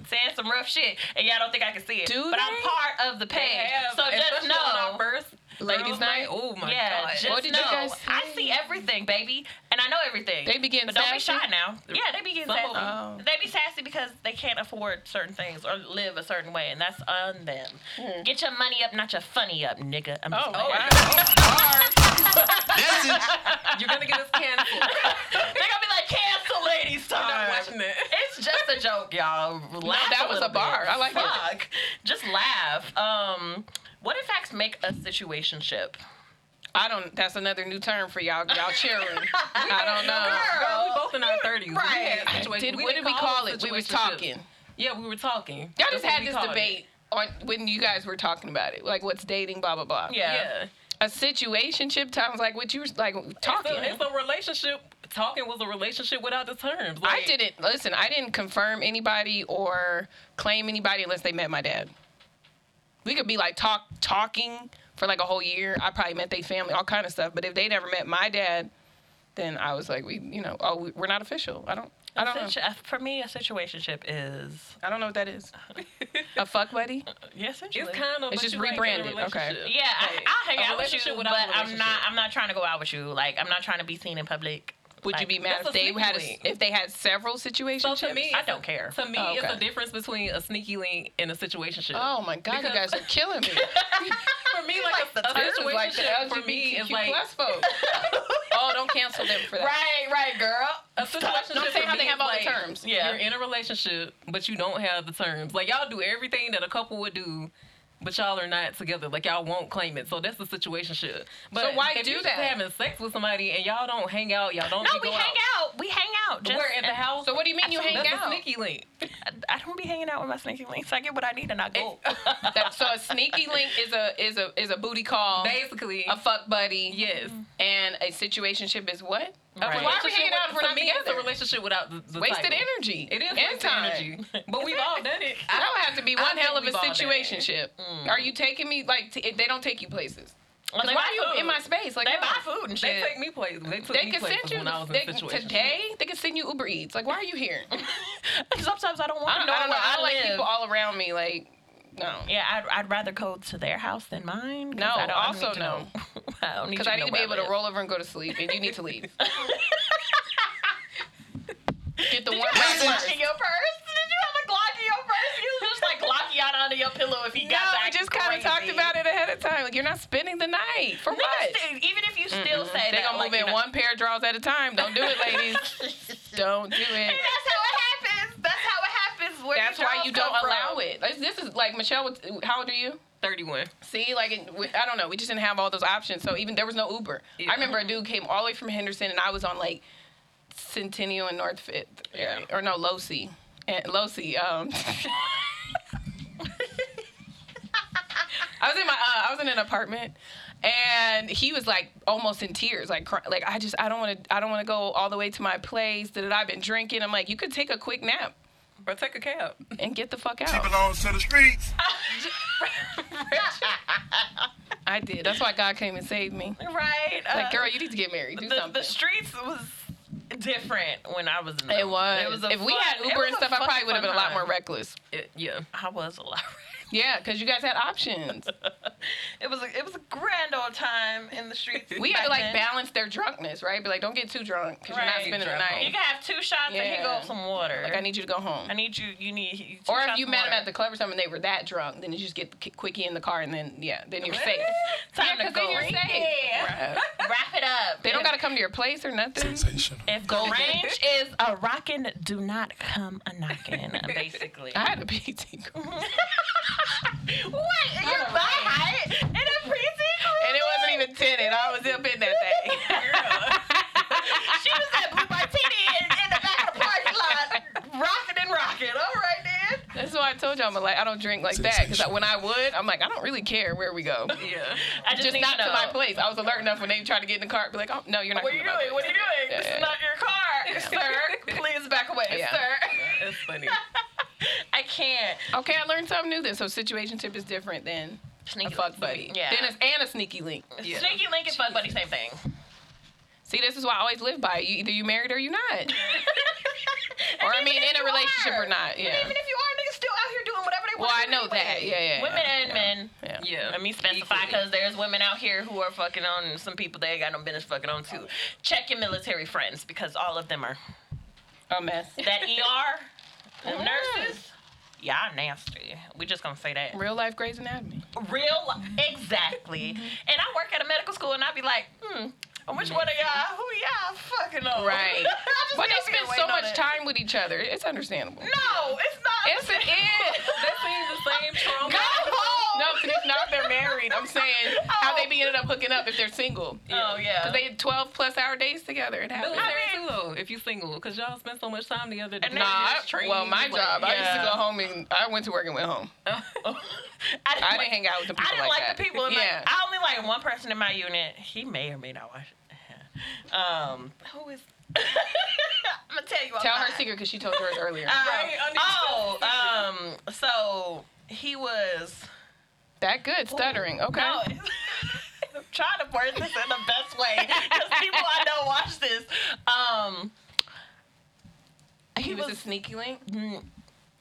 A: saying some rough shit, and y'all don't think I can see it.
B: Do
A: but I'm
B: they?
A: part of the page,
D: Have,
A: so just
D: especially on
A: know.
D: our first
B: *laughs* Ladies'
D: girls'
B: night?
D: Oh my
A: yeah,
D: god.
A: just
B: What did
A: know.
B: you guys
A: I
B: see?
A: see everything, baby, and I know everything.
B: They be getting
A: but don't be
B: sassy?
A: shy now. Yeah, they be getting
D: Some
A: sassy.
D: of 'em.
B: Oh.
A: They be sassy because they can't afford certain things or live a certain way, and that's on them.
D: Hmm.
A: Get your money up, not your funny up, nigga. I'm just
B: Oh,
A: playing.
C: Message.
D: *laughs* You're gonna get us
A: *laughs*
D: canceled.
A: They're gonna be like, cancel ladies
D: I'm
A: time.
D: not watching that.
A: It's just a joke,
D: *laughs*
A: y'all. Laugh
B: that was
A: little
B: a bar.
A: bit.
B: I like it.
A: Fuck. Just laugh. Um, what in facts make a situationship?
B: I don't. That's another new term for y'all. Y'all
A: *laughs*
B: children. I don't know.
D: Girl, we both in our thirties.
A: Oh, Right.
B: Did what did we call it? We was talking.
D: Yeah, we were talking.
B: Y'all
D: That's
B: just
D: what
B: had
D: we
B: this
D: called it.
B: debate on when you guys were talking about it, like what's dating, blah blah blah.
A: Yeah.
D: Yeah.
B: A situationship times like what you was like
D: It's
B: talking.
D: a, it's a relationship. Talking was a relationship without the terms.
B: I
D: Like,
B: didn't listen. I didn't confirm anybody or claim anybody unless they met my dad. We could be like talk talking for like a whole year. I probably met their family, all kind of stuff. But if they never met my dad, then I was like, we, you know, oh, we, we're not official. I don't, I don't know.
A: Situ- uh, For me, a situationship is
B: I don't know what that
D: *laughs*
B: is. a fuck buddy?
A: yes, essentially.
D: It's kind of.
B: It's
D: but
B: just
D: you ain't in a
B: rebranded, okay.
D: relationship.
A: Yeah, I,
D: Like,
A: I'll hang
D: a
A: out with you,
D: relationship
A: but
D: without a
A: I'm not.
D: relationship.
A: I'm not trying to go out with you. Like I'm not trying to be seen in public.
B: Would you
A: Like,
B: be mad
D: that's
B: if
D: a
B: they
D: sneaky
B: had
D: link.
B: a, if they had several
D: So
B: situations?
D: to me,
A: I don't care.
D: To me,
B: Oh, okay.
D: it's a difference between a sneaky link and a situationship.
B: oh my god, you
D: Because-
B: guys are killing me.
D: for me, like, a, a
B: This is like the
D: situationship for me
B: LGBTQ
D: is like
B: plus folks. oh, don't cancel them for that.
A: Right, right, girl.
D: a situationship.
B: Don't say
D: for
B: how
D: me
B: they
D: is
B: have all the
D: like,
B: terms.
A: Yeah.
D: You're in a relationship, but you don't have the terms. Like y'all do everything that a couple would do, but y'all are not together. Like y'all won't claim it. So that's the situation shit. But
B: So why
D: if
B: do
D: you
B: that?
D: Just having sex with somebody and y'all don't hang out. Y'all don't.
A: No,
D: be
A: we
D: going
A: hang out. We hang out. Just
D: We're at the house.
B: So what do you mean you hang
D: that's
B: out?
D: a
B: *laughs*
D: sneaky link.
A: I don't be hanging out with my sneaky links. I get what I need and I go.
D: *laughs*
B: That, so a sneaky link is a is a is a booty call,
D: Basically,
B: a fuck buddy,
D: yes.
B: and a situationship is what?
A: Right.
B: Why are we hanging out if
D: with-
B: we're
D: to
B: not
D: me, it's
B: together?
D: a relationship without the, the
B: Wasted
D: title.
B: energy.
D: It is
B: And
D: wasted
B: time.
D: energy. But we've all
B: *laughs*
D: done it.
B: I don't have to be one
D: think
B: hell of a
D: we've all done it.
B: situationship. Are you taking me like t- they don't take you places? 'Cause
A: They
B: why
A: buy
B: are you
A: food.
B: in my space? Like
A: They
B: no.
A: buy food and
D: They
A: shit.
D: take me places. They took
B: They
D: me
B: could
D: places
B: send you
D: when I was
B: they,
D: in situationship.
B: today. They could send you Uber Eats. Like why are you here?
A: *laughs* Sometimes I don't want
B: I
A: to
B: don't know.
A: know
B: I don't know.
A: where
B: I
A: I,
B: like
A: live.
B: people all around me. Like no,
A: yeah, I'd, I'd rather go to their house than mine. 'cause
B: No,
A: I don't,
B: also
A: I don't need to
B: no.
A: know. *laughs* I don't need
B: because
A: you
B: I need to be
A: know
B: able
A: where
B: to
A: live.
B: roll over and go to sleep, and you need to
A: *laughs*
B: leave. Get the
A: Did
B: one.
A: you have a
C: Message.
A: Glock in your purse? Did you have a Glock in your purse? You was just like Glocky out under your pillow if he
B: No,
A: got that.
B: we just kind of talked about it ahead of time. Like you're not spending the night for what?
A: even if you still say
B: They're
A: that,
B: gonna
A: like,
B: move in
A: you know-
B: one pair of drawers at a time. Don't do
A: *laughs*
B: it, ladies. Don't do it.
A: That's how it happens. That's how it happens. Where
B: That's why
A: draws
B: you like Michelle, was- how old are you?
D: 31.
B: See, like it, we, I don't know, we just didn't have all those options. So even there was no Uber.
D: Yeah.
B: I remember a dude came all the way from Henderson, and I was on like Centennial and North Fifth, area. or no, Low C, and Low C. Um, I was in my uh, I was in an apartment, and he was like almost in tears, like cry, like I just I don't want to I don't want to go all the way to my place. That I've been drinking. I'm like, you could take a quick nap
D: Or take a cab.
B: and get the fuck out.
E: belongs to the streets.
B: I did. That's why God came and saved me.
A: Right.
B: Like,
A: uh,
B: girl, you need to get married. Do
A: the,
B: something.
A: the streets was different when I was in
B: It was.
A: It was a
B: if we
A: fun-
B: had
A: it
B: Uber
A: was
B: and
A: a
B: stuff, I
A: fucking
B: probably would have been a lot
A: fun
B: more
A: time.
B: reckless.
D: It- yeah.
A: I was a lot. *laughs*
B: Yeah, because you guys had options.
A: it was a, it was a grand old time in the streets.
B: We had
A: back
B: to like
A: then.
B: balance their drunkenness, right? Be like, don't get too drunk because you're not
A: Right,
B: spending the
D: drunk
A: You
B: night.
A: can have two shots and he
B: Yeah.
A: goes some water.
B: Like, I need you to go home.
A: I need you. You need. two
B: Or if
A: shots
B: you
A: of
B: met
A: water.
B: them at the club or something, they were that drunk, then you just get ki- quickie in the car and then yeah, then you're safe.
A: Time
B: yeah,
A: to
B: 'cause then
A: go.
B: you're safe.
A: Yeah. Wrap it up.
B: They don't gotta come to your place or nothing.
E: Sensational.
A: If the range is a rockin', do not come a knockin', *laughs* basically.
B: I had a *laughs* PT group.
A: Wait, you're my height in a preteen
B: and it wasn't even tinted. I was up in that thing.
A: *laughs* She was at Blue Martini in, in the back of the parking lot, *laughs* rocking and rocking. All right, then.
B: That's why I told y'all, I'm like, I don't drink like that because when I would, I'm like, I don't really care where we
A: *laughs*
B: go.
D: Yeah.
A: I just,
B: just
A: need
B: not
A: to
B: to my
A: know.
B: place. I was alert enough when they tried to get in the car. Be like, oh no, you're not.
A: What are you
B: coming to my
A: doing? What are you doing?
B: Yeah,
A: This
B: yeah,
A: is not your car, sir. Please back away,
B: Yeah.
A: sir.
D: That's
B: *laughs*
D: funny.
A: *laughs* I can't.
B: place." Okay, I learned something new then. So situation tip is different than a
A: Sneaky
B: fuck buddy.
A: Yeah.
B: Then it's and a sneaky link.
D: Yeah.
A: Sneaky link and fuck buddy, same thing.
B: See, this is why I always live by. it. You either you married or you not.
A: *laughs* or
B: Or I mean in a relationship or not.
A: And
B: Yeah.
A: even if you are, niggas still out here doing whatever they
B: Well,
A: want.
B: I
A: to do
B: know that.
A: anyway.
B: Yeah, yeah, yeah.
A: Women and men.
B: Yeah.
D: Yeah.
A: Let me specify
D: Equally.
A: because there's women out here who are fucking on and some people they ain't got no business fucking on too. Check your military friends because all of them are
B: A mess.
A: *laughs* that ER, them
B: Yeah.
A: nurses. Y'all nasty. We just gonna say
B: *laughs*
A: that.
B: Real life Grey's Anatomy.
A: Real, exactly.
B: Mm-hmm.
A: And I work at a medical school, and I be like, hmm, which one of y'all? Who y'all fucking on?
B: Right.
A: *laughs* I just
B: But
A: be out
B: they
A: here
B: spend so
A: waiting on
B: much
A: it.
B: time with each other. It's understandable.
A: No, it's not.
B: Yes, it is.
D: That seems the same trauma.
A: Go home.
B: No, because now they're married. I'm saying how they be ended up hooking up if they're single.
A: *laughs* Oh yeah.
B: 'Cause they had 12 plus hour days together. It happens.
D: Military too though, if you single, because y'all spend so much time together.
A: And
B: Nah, I,
A: Just training,
B: well, my
A: like,
B: job, I used to
A: yeah.
B: go home and I went to work and went home.
A: *laughs* I didn't,
B: I
A: like-
B: didn't hang out with the people
A: I didn't like,
B: like
A: the
B: that.
A: people. In
B: Yeah.
A: my, I only like one person in my unit. He may or may not watch. *laughs* Um, who is? *laughs* I'm gonna tell you.
B: Tell
A: offline.
B: her secret because she told hers earlier.
A: Um,
D: Right, I need to tell
A: oh, um, so he was.
B: that good stuttering. Okay.
A: No, *laughs* I'm trying to word this in the best way because people I know watch this. Um,
B: he, was, a
A: was-
B: sneaky link.
A: Mm,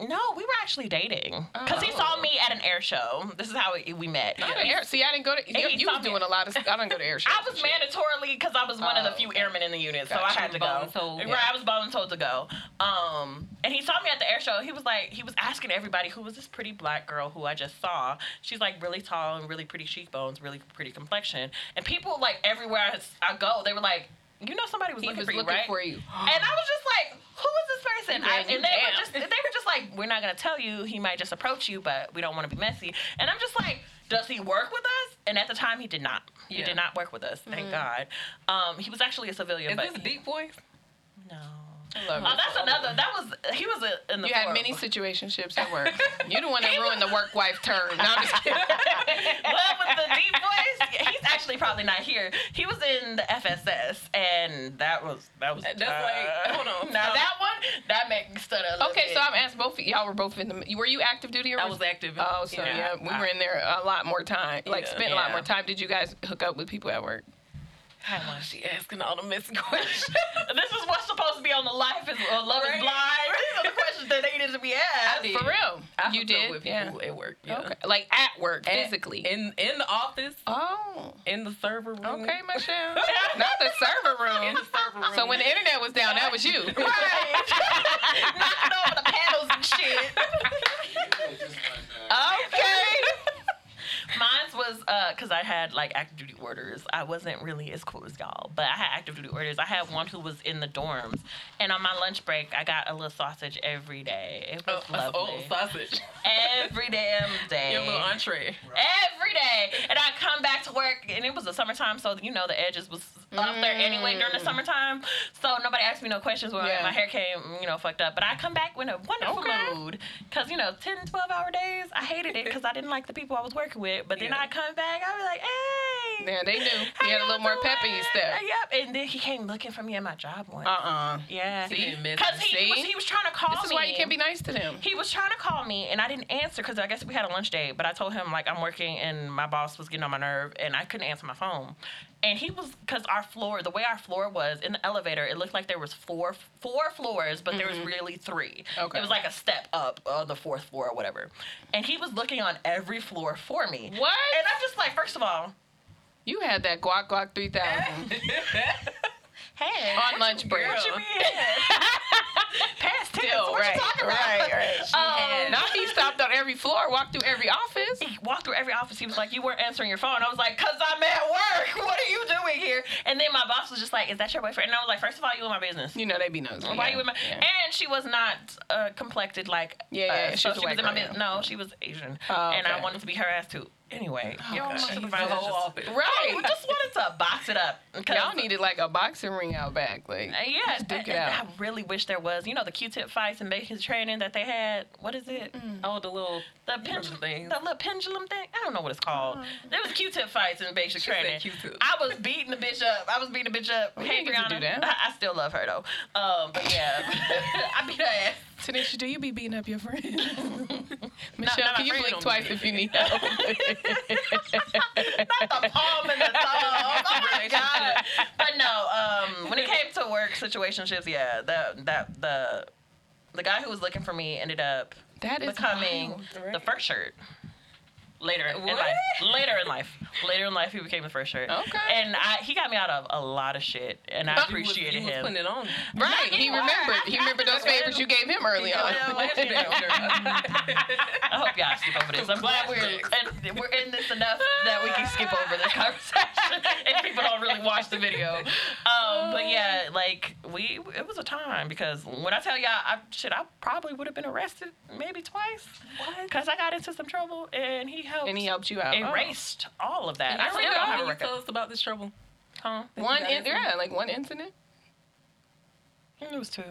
A: No, we were actually dating because he saw me at an air show. This is how we, we met.
B: I didn't Oh. air- see, I didn't go to. You,
A: he
B: you
A: saw
B: was
A: me.
B: doing a lot of. I didn't go to air shows.
A: *laughs* I was
B: and shit.
A: mandatorily because I was one of the
B: Oh,
A: few airmen in the unit, so I
B: Gotcha.
A: had to
D: Bone
A: go.
D: told.
A: Right, I was bone told to go. Um, and he saw me at the air show. He was like, he was asking everybody, who was this pretty black girl who I just saw? She's like really tall and really pretty cheekbones, really pretty complexion. And people like everywhere I, s- I go, they were like, you know, somebody was
B: He
A: looking
B: was
A: for
B: looking
A: you, right?
B: for you.
A: And I was just like, who is this person? I,
B: ran you
A: and they were
B: down.
A: just they were just like, we're not gonna tell you. He might just approach you, but we don't want to be messy. And I'm just like, does he work with us? And at the time, he did not. He
D: Yeah.
A: did not work with us. Thank God. Um, he was actually a civilian,
D: Is
A: but
D: this deep voice?
A: no.
B: I love
A: Oh,
B: it.
A: that's another. That was he was a, in the.
B: You had
A: forum. *laughs*
B: many situationships at work. you the one that ruined the work wife turn. No, I'm
A: *laughs*
B: just kidding.
A: well, with the deep voice, yeah, he's actually probably not here. He was in the FSS, and that was that was.
D: That's like- hold
A: *laughs*
D: on.
A: Now that one, that made me stutter. A little
B: Okay,
A: bit.
B: so I'm asking both. of Y'all were both in the. Were you active duty or
D: I was active.
B: Oh, so
A: Yeah.
B: yeah, we were in there a lot more time. Like,
D: Yeah.
B: spent a lot
A: Yeah.
B: more time. Did you guys hook up with people at work?
A: Come on.
D: She asking all the messy *laughs* questions.
A: *laughs* this is what's supposed to be on the life is uh, love
D: Right.
A: is blind. These are the questions that they needed to be *laughs* asked.
D: did.
B: For real?
D: I hooked
B: you
D: up
B: did?
D: with
B: yeah.
D: people at work. Yeah.
B: Okay. Like at work,
D: At-
B: physically.
D: in in the office,
B: oh.
D: in the server room.
B: Okay, Michelle. Not the server room. So when the internet was down, that was you. *laughs*
A: Right. Knocking over the panels and shit. Okay. *laughs* Mine's was uh, because I had like active duty orders. I wasn't really as cool as y'all, but I had active duty orders. I had one who was in the dorms, and on my lunch break, I got a little sausage every day. It was lovely.
D: Oh, sausage.
A: Every *laughs* damn day.
D: Your little entree.
A: every day. And I come back to work, and it was the summertime, so you know the edges was up there anyway during the summertime. So nobody asked me no questions when
B: Mm. Yeah.
A: my hair came, you know, fucked up. But I come back in a wonderful
D: Okay.
A: mood because you know 10, 12 hour days. I hated it because I didn't like the people I was working with. But then
D: Yeah.
A: I come back, I was like, hey.
B: Yeah, they knew.
A: how
B: He had a
A: y'all
B: little more pep in his
A: doing?
B: step.
A: Yep. And then he came looking for me at my job once.
B: Uh-uh.
A: Yeah.
D: See, you missed
A: Because he,
B: see?
A: was, he was trying to call
B: This is
A: me.
B: why you can't be nice to them.
A: He was trying to call me and I didn't answer because I guess we had a lunch date, but I told him like I'm working and my boss was getting on my nerve and I couldn't answer my phone. And he was because our floor, the way our floor was in the elevator, it looked like there was four four floors, but there was really three.
B: Mm-hmm. Okay.
A: It was like a step up on the fourth floor or whatever. And he was looking on every floor for me.
B: What?
A: And I'm just like, first of all,
B: You had that guac guac 3000
A: hey,
B: on lunch break.
A: what you mean?
B: *laughs*
A: Past tense. what
B: right,
A: you talking about?
B: right, right.
A: Um,
B: Not he stopped on every floor, walked through every office.
A: he walked through every office. He was like, "You weren't answering your phone." I was like, "Cause I'm at work. *laughs* What are you doing here?" And then my boss was just like, "Is that your boyfriend?" And I was like, first of all, you in my business.
B: You know they be nosy.
A: Why you in my?"
B: Yeah.
A: And she was not uh, complected like
B: Yeah, yeah,
A: us,
B: yeah, she
A: so
B: was a
A: she was
B: white
A: in my
B: girl,
A: business. No, she was Asian,
B: Oh,
A: and I
B: okay. Oh,
A: wanted to be her ass too. Anyway, y'all
B: gosh.
A: motherfuckers
D: The
A: just-
D: whole office.
A: Right,
B: Right.
A: just wanted to box it up. 'cause-
B: Y'all needed like a boxing ring out back. Like,
A: Uh, yeah,
B: just duke
A: I-
B: it out.
A: I really wish there was. You know the Q-tip fights and bacon training that they had. What is it?
D: Oh, the little
A: The pendulum
D: thing.
A: The little pendulum thing. I don't know what it's called. There was Q-tip fights in basic training.
D: Q-tip.
A: I was beating the bitch up. I was beating the bitch up. hey,
B: didn't get
A: Brianna.
B: to do that.
A: I, I still love her though. Um, but yeah,
B: *laughs*
A: *laughs* I beat her ass.
B: Tanisha, do you be beating up your friends?
A: *laughs*
B: *laughs*
A: Not-
B: Michelle,
A: not my
B: can you
A: friend
B: blink
A: don't
B: twice if you need help?
A: *laughs* Not the palm and the thumb.
B: *laughs*
A: Oh my
D: Relationship.
A: god. But no. Um, when it came to work situationships, yeah, that that the the guy who was looking for me ended up
B: that is
A: becoming
B: wild.
A: the first shirt. Later in
D: What?
A: life. Later in life. Later in life, he became the first shirt.
B: Okay.
A: And I, he got me out of a lot of shit, and I
B: You was-
D: You was-
A: appreciated
D: you was
A: him.
D: putting it on.
B: Right, he
A: anymore.
B: remembered. He remembered those favors you gave him early on.
A: Yeah,
D: Last year, girl.
A: I hope y'all skip over this. I'm glad we're and we're in this enough that we can skip over this conversation *laughs* if people don't really watch the video. Um, but yeah, like we, it was a time because when I tell y'all, I shit, I probably would have been arrested maybe twice. What? Because I got into some trouble and he helped.
B: *laughs* And he helped you out. Oh.
A: erased all of that. I
D: I
A: still don't have a
D: when you
A: record.
D: tell us about this trouble.
A: Huh?
B: Oh. One, in, yeah, like one incident.
A: It was two.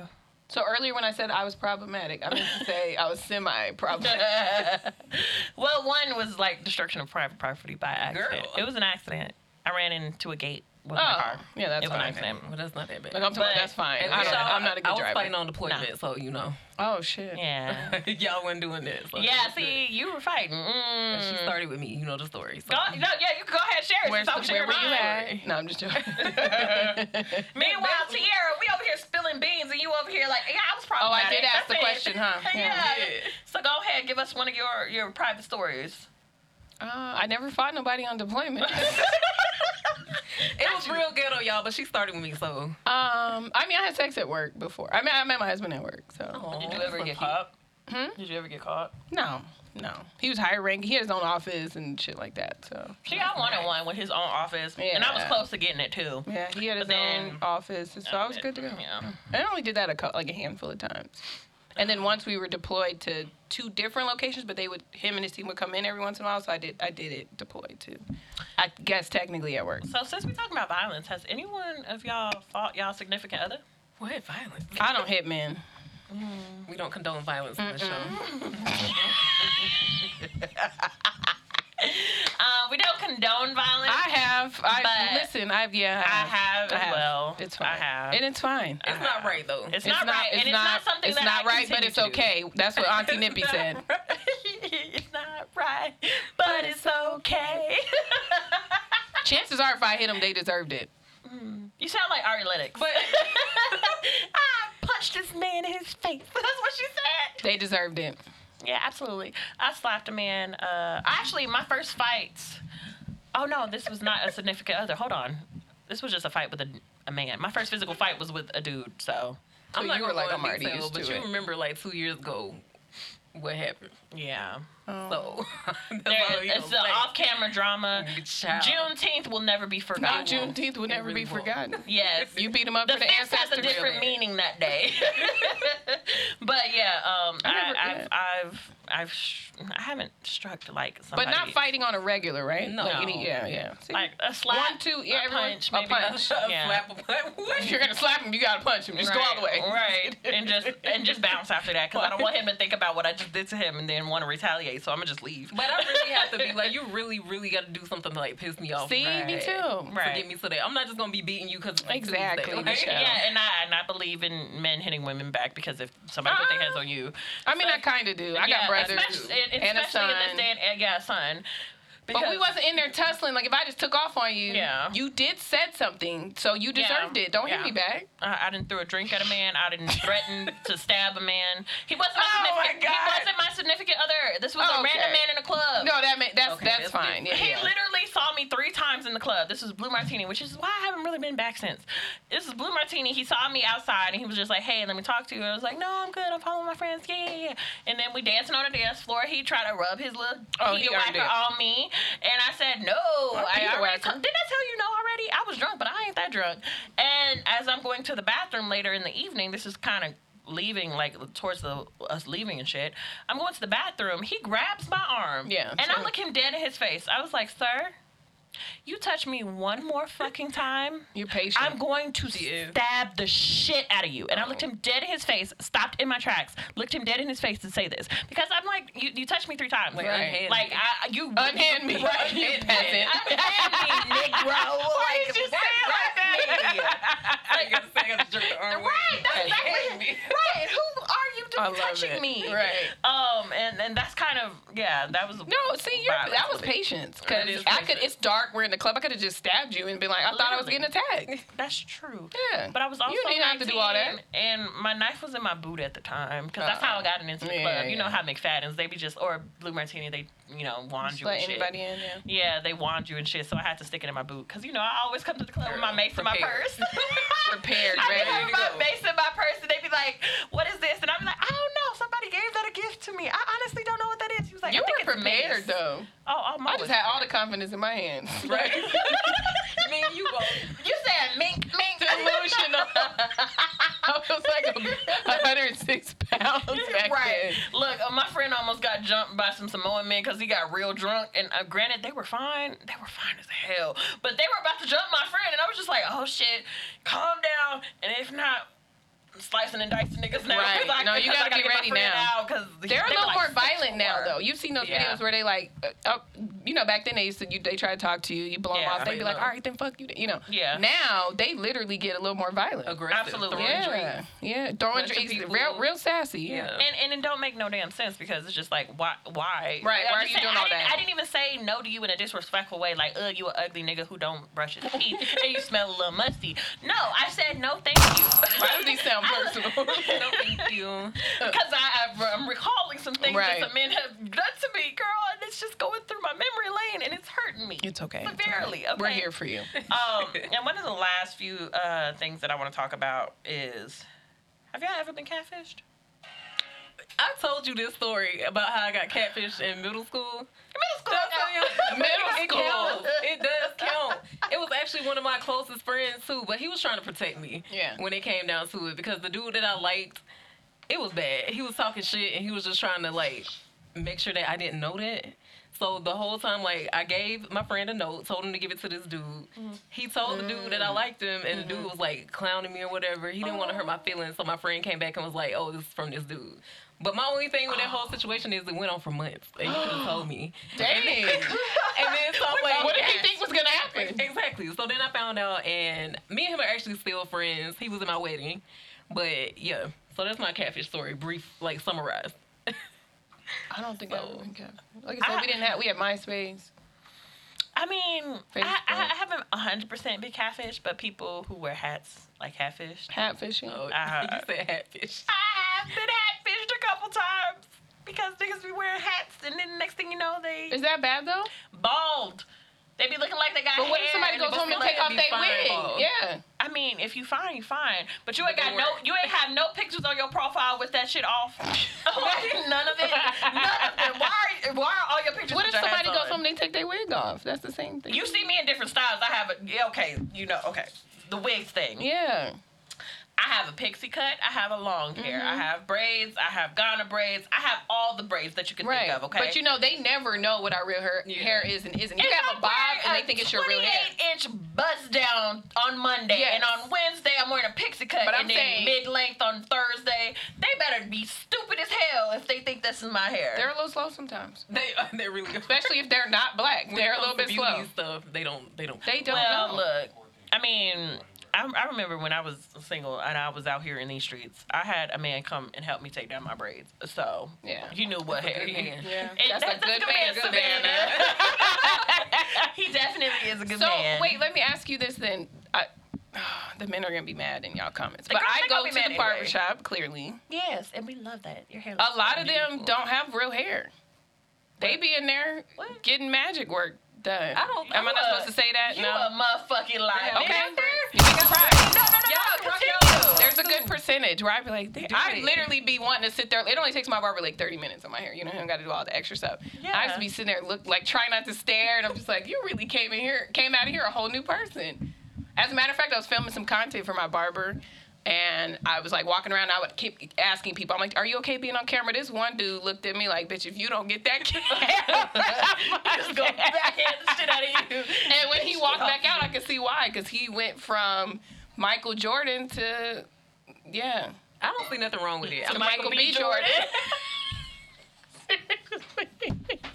B: So earlier when I said I was problematic, I meant to say I was semi-problematic.
A: *laughs* *laughs* well, one was like destruction of private property by accident.
D: Girl.
A: It was an accident. I ran into a gate with my
B: Oh,
A: car.
B: yeah, that's
A: it was an
B: fine.
A: accident.
D: Well, that's not that bad.
B: Like I'm talking,
A: But-
B: that's fine.
D: And
B: I don't,
D: y'all-
B: I'm not a
D: I
B: good
D: was fighting
B: driver.
D: on deployment, so you know. *laughs*
B: Oh shit. *laughs*
A: Yeah.
D: y'all weren't doing this. so
A: yeah.
D: it's
A: See, you were fighting.
D: good.
A: Mm.
D: She started with me. You know the story. So.
A: Go, no, yeah, you can go ahead and share it.
B: Where's
A: Since I was
B: the, where
A: sharing
B: were you
A: mine.
B: at? No, I'm just joking.
A: Meanwhile, Tierra, we over here spilling beans, and you over here like, yeah, I was probably.
B: Oh, I did ask the question, huh?
A: *laughs* Yeah.
B: Yeah.
A: So go ahead, give us one of your your private stories.
B: Uh, I never fought nobody on *laughs* deployment.
D: it was real ghetto, y'all, but she started with me, so.
B: Um, I mean, I had sex at work before. I mean, I met my husband at work, so
A: Did
D: Aw,
A: you
D: that's
A: ever
D: a
A: get Hmm?
D: pop.
A: caught? Did you ever get caught?
B: no, no. He was higher ranking. He had his own office and shit like that. So
A: See, I wanted one with his own office, and I was
B: Yeah.
A: close to getting it too.
B: yeah, he had his
A: But
B: own
A: then-
B: office, so I was good to go. Mm-hmm.
A: Yeah.
B: I only did that a couple, like a handful of times, and then once we were deployed to two different locations, but they would him and his team would come in every once in a while. So I did I did it deployed too. I guess technically at work.
A: So since we're talking about violence, has anyone of y'all fought y'all significant other?
D: What violence?
B: I don't hit men.
D: We don't condone violence on this show.
A: Uh, we don't condone violence.
B: I have. I
A: But-
B: listen. I've yeah. I
A: I
B: have.
A: have
B: I
A: as
B: have.
A: well.
B: It's fine.
A: I have.
B: And it's fine.
D: It's not right, though.
A: it's, not, right, and it's not something
B: it's
A: that
B: not
A: I
B: right, but
A: continue
B: it's
A: to
B: *laughs*
A: do.
B: okay. That's what
A: *laughs*
B: Auntie Nippy said.
A: it's not right, but it's okay.
B: Chances are, if I hit them, they deserved it.
A: *laughs* you sound like Ari Lennox. *laughs*
D: But
A: I punched this man in his face. *laughs* That's what she said.
B: They deserved it.
A: Yeah, absolutely. I slapped a man. Uh, actually, my first fights. Oh no, this was not a significant other. Hold on, this was just a fight with a, a man. My first physical fight was with a dude. So
D: I'm
B: So
D: not
B: you were
D: gonna
B: like,
D: go
B: I'm
D: into
B: already
D: detail,
B: used
D: but
B: to
D: you
B: it.
D: remember like two years ago what happened. *laughs*
A: yeah,
D: So *laughs* that's
A: There-
D: all you
A: it's
D: gonna
A: an
D: say.
A: *laughs* off-camera drama.
D: Child.
A: Juneteenth will never be
B: Now,
A: forgotten.
B: Juneteenth will never
D: really
B: be
D: won't.
B: forgotten.
A: Yes.
B: You beat them up
A: the
B: for the
A: fence has a
B: ancestors.
A: different meaning that day. *laughs* but yeah, um,
B: never-
A: I,
B: yeah.
A: I've, I've, I've, sh- I haven't struck like
B: But
A: somebody.
B: not fighting on a regular, right?
D: No.
B: Like any, yeah, yeah. See?
A: Like a slap,
B: One, two, yeah,
A: a
B: everyone-
A: punch,
B: a
A: maybe.
B: punch.
A: *laughs* Yeah.
D: Slap a butt. What?
B: if you're gonna slap him, you gotta punch him. Just go all the way.
D: *laughs*
A: Right. And just and just bounce after that because I don't want him to think about what I just did to him and then want to retaliate. So I'm gonna just leave.
D: But I really have to be like, you really, really got to do something to like piss
A: *laughs*
D: me off.
B: See,
D: right?
B: me too.
D: To
A: Right.
D: get me today. I'm not just gonna be beating you because
B: Exactly, Michelle.
A: yeah, and I and I believe in men hitting women back because if somebody put their hands on you,
B: I mean, I kind of do. I
A: yeah,
B: got brothers
A: especially, and,
B: and a
A: especially
B: son.
A: in this day and yeah, son.
B: But we
A: Because-
B: wasn't in there tussling. Like if I just took off on you,
A: Yeah.
B: you did said something, so you deserved
A: Yeah.
B: it. Don't
A: Yeah.
B: hit me back.
A: I, I didn't throw a drink at a man. I didn't
B: *laughs*
A: threaten to stab a man. He wasn't my,
B: Oh, my
A: significant,
B: God.
A: He wasn't my significant other. This was a
B: Okay.
A: random man in a club.
B: No, that ma- that's
D: Okay,
B: that's
D: that's
B: fine. Yeah,
D: different.
A: He
B: yeah.
A: literally saw me three times in the club. This was Blue Martini, which is why I haven't really been back since. This is Blue Martini. He saw me outside and he was just like, "Hey, let me talk to you." And I was like, "No, I'm good. I'm following my friends." Yeah, yeah, yeah. And then we dancing on the dance floor. He tried to rub his little
B: Oh, he Oh,
A: Peter
B: earned
A: whacker
B: it.
A: on me, and I said, "No, I
B: Peter
A: already
B: whacker.
A: told- *laughs* didn't I tell you no already? I was drunk, but I ain't that drunk." And as I'm going to the bathroom later in the evening, this is kind of leaving like towards the us leaving and shit i'm going to the bathroom he grabs my arm
B: Yeah,
A: and i
B: so-
A: look him dead in his face i was like sir you touch me one more fucking time,
B: You're patient.
A: I'm going to stab the shit out of you. And I
B: Oh.
A: looked him dead in his face, stopped in my tracks, looked him dead in his face to say this because I'm like, you, you touched me three times. Like,
D: unhand me.
A: like I, you
B: Unhand me.
A: *laughs* Right.
B: You
A: Unhand
B: peasant.
A: me,
B: *laughs*
A: Negro.
B: Why
A: Why
B: did you say it like
A: *laughs*
D: I gotta say, I gotta jerk the arm.
A: Right, that's
D: Unhand
A: exactly.
D: me.
A: Right, who are you
B: I
A: to
B: love
A: be touching
B: it.
A: me?
B: Right.
A: Um, and and that's kind of yeah, that was
B: No, see, you're,
A: violence
B: that was
A: with it.
B: patience because
D: That is
B: I could.
D: patience.
B: It's dark. We're in the club. I could have just stabbed you and been like, I thought I was getting
A: Literally.
B: attacked.
A: That's true.
B: Yeah.
A: But I was also
B: You didn't have to do all
A: 19,
B: that. Uh,
A: And my knife was in my boot at the time because that's how I got into the
B: Yeah,
A: club. You
B: yeah.
A: know how McFadden's they be just or Blue Martini they you know wand
B: Just
A: you and
B: let
A: shit.
B: anybody in. Yeah.
A: Yeah, they wand you and shit. So I had to stick it in my boot because you know I always come to the club with my mace in my
D: prepared.
A: purse.
B: *laughs* Prepared,
A: *laughs* I
B: ready
A: be having
B: to
A: my
B: go.
A: mace in my purse and they be like, "What is this?" And I'm like, "I don't know. Somebody gave that a gift to me. I honestly don't know what that is." He was like,
B: You
A: "I think
B: were
A: it's mace."
B: prepared though.
A: Oh, I'm
B: I just had all the confidence in my
A: *laughs*
B: hands.
D: Right. Me and you both.
A: You said mink, mink. *laughs*
B: Delusional. *laughs* I was like a, 106 *laughs* pounds back
A: right.
B: then.
A: Look, uh, my friend almost got jumped by some Samoan men because he got real drunk. And uh, granted, they were fine. They were fine as hell. But they were about to jump my friend. And I was just like, oh shit, calm down. And if not, I'm slicing and dicing niggas now.
B: Right.
A: 'cause I-
B: No, you
A: because I
B: gotta be
A: get my
B: ready
A: friend
B: now.
A: out 'cause
B: They're a
A: they were
B: little
A: like
B: more
A: six
B: violent now,
A: four.
B: though. You've seen those
A: Yeah.
B: videos where they like, uh, uh, you know, back then they used to, you, they try to talk to you, you blow
A: Yeah.
B: them off, they'd be like,
D: Right.
B: all right, then fuck you, you know.
A: Yeah.
B: Now they literally get a little more violent.
D: *laughs* Aggressive.
A: Absolutely.
D: Throwing
B: Yeah.
D: drinks.
B: Yeah. Throwing
D: Punching
B: drinks,
D: people.
B: real, real sassy. Yeah.
D: Yeah.
A: And, and it don't make no damn sense because it's just like why why
B: Right, why
A: Like, I
B: are
A: just
B: you
A: said-
B: doing
A: I
B: all
A: didn't-
B: that?
A: I didn't even say no to you in a disrespectful way like ugh you an ugly nigga who don't brush his teeth
B: *laughs*
A: and you smell a little musty. No, I said no thank you.
B: Why do these
A: *laughs*
B: sound personal?
D: No, thank
B: *laughs*
D: you.
A: Because I, I I'm recalling some things
B: Right.
A: that some men have done to me, girl, and it's just going through my memory lane and it's hurting me
B: it's okay.
A: severely. Okay.
B: We're here for you.
A: Um, and one of the last few uh, things that I want to talk about is, have y'all ever been catfished?
D: I told you this story about how I got catfished in middle school.
A: Middle school.
D: That's how y'all-
B: Middle
D: it
B: school.
D: counts. It does count. It was actually one of my closest friends too, but he was trying to protect me.
B: Yeah.
D: When it came down to it, because the dude that I liked, it was bad. He was talking shit, and he was just trying to like make sure that I didn't know that. So the whole time, like I gave my friend a note, told him to give it to this dude.
B: Mm-hmm.
D: He told the dude that I liked him, and the dude was like clowning me or whatever. He didn't want to hurt my feelings, so my friend came back and was like, "Oh, this is from this dude." But my only thing with that whole situation is it went on for months, and you could have told me.
B: *laughs*
D: *laughs*
B: Dang.
D: And then so I'm like,
B: what did he think was going to happen?
D: *laughs* Exactly. So then I found out, and me and him are actually still friends. He was in my wedding, but yeah. So that's my catfish story, brief, like summarized.
B: I don't think I
D: So-
B: would. Okay. Like I said, we didn't have, we had MySpace.
A: I mean, I, I,
B: Facebook.
A: I haven't 100% been catfished, but people who wear hats like hatfished.
B: Hat fishing.
D: So
A: Uh-huh.
D: *laughs* you said hatfish.
A: I have been hatfished a couple times because niggas be wearing hats, and then the next thing you know, they
B: Is that bad though?
A: bald. They be looking like they got
B: But what
A: hair.
B: if somebody
A: and they
B: goes home
A: be
B: and
A: like-
B: take off
D: be
B: their
D: fine,
B: wig?
D: Paul.
B: Yeah.
A: I mean, if you fine, you fine. But you ain't
D: But
A: got
D: they
A: no,
D: weren't.
A: you ain't have *laughs* no pictures on your profile with that shit off. Like, none of it. None of it. Why? Are,
B: Why are all your pictures?
D: What
B: with
D: if
B: your hats
D: somebody
B: on?
D: goes home
B: and they take their wig off? That's the same thing.
A: You see me in different styles. I have a yeah, okay, you know, okay. The wigs thing.
B: yeah.
A: I have a pixie cut. I have a long hair.
B: Mm-hmm.
A: I have braids. I have Ghana braids. I have all the braids that you can
B: Right.
A: think of. Okay.
B: But you know, they never know what our real hair,
D: Yeah.
B: hair is and isn't. You
A: If
B: have
A: I'm
B: a bob
A: wearing
B: and
A: a
B: they think it's your real hair.
A: 28 inch bust down on Monday,
B: Yes.
A: and on Wednesday I'm wearing a pixie cut,
B: But
A: and
B: I'm
A: then
B: saying-
A: mid length on Thursday. They better be stupid as hell if they think this is my hair.
B: They're a little slow sometimes,
D: They they really
B: especially if they're not black. They're a
D: *laughs*
B: little bit slow.
D: Stuff they don't they don't.
B: They don't
A: well,
B: know.
A: look, I mean, I, I remember when I was single and I was out here in these streets. I had a man come and help me take down my braids, so
B: Yeah.
A: you knew what hair.
D: good
A: he-
D: man.
B: Yeah.
A: And
B: That's, a good man, good man.
A: Savannah. *laughs* he definitely is a good
B: So
A: man.
B: wait, let me ask you this then. I, *sighs* the men are gonna be mad in y'all comments,
A: The
B: but
A: girls,
B: I
A: they
B: go
A: gonna be
B: to
A: mad
B: the
A: anyway.
B: barber shop clearly.
A: yes, and we love that your hair.
B: A lot of them don't have real hair. They be in there
A: What?
B: getting magic work done.
D: I don't-
B: Am I
D: you
B: not
D: a-
B: supposed to say that?
A: You
B: no.
A: a motherfucking liar.
B: Okay.
A: Nigga,
B: You think I'm right?
A: No, no, no,
B: Y'all,
A: no.
B: y'all,
A: Continue.
B: there's a good percentage where I be like, they- I
D: it.
B: literally be wanting to sit there. It only takes my barber like 30 minutes on my hair. You know, I don't got to do all the extra stuff. I
A: Yeah.
B: just be sitting there, look like trying not to stare, and I'm just like, you really came in here, came out of here a whole new person. As a matter of fact, I was filming some content for my barber, and I was like walking around. And I would keep asking people, I'm like, are you okay being on camera? This one dude looked at me like, bitch, if you don't get that *laughs* camera, I'm
A: Just go back in the shit out of you.
B: and when he walked back out, I could see why, because he went from Michael Jordan to, yeah,
D: I don't see nothing wrong with it.
B: to
D: I'm
B: Michael, B. Jordan. *laughs* and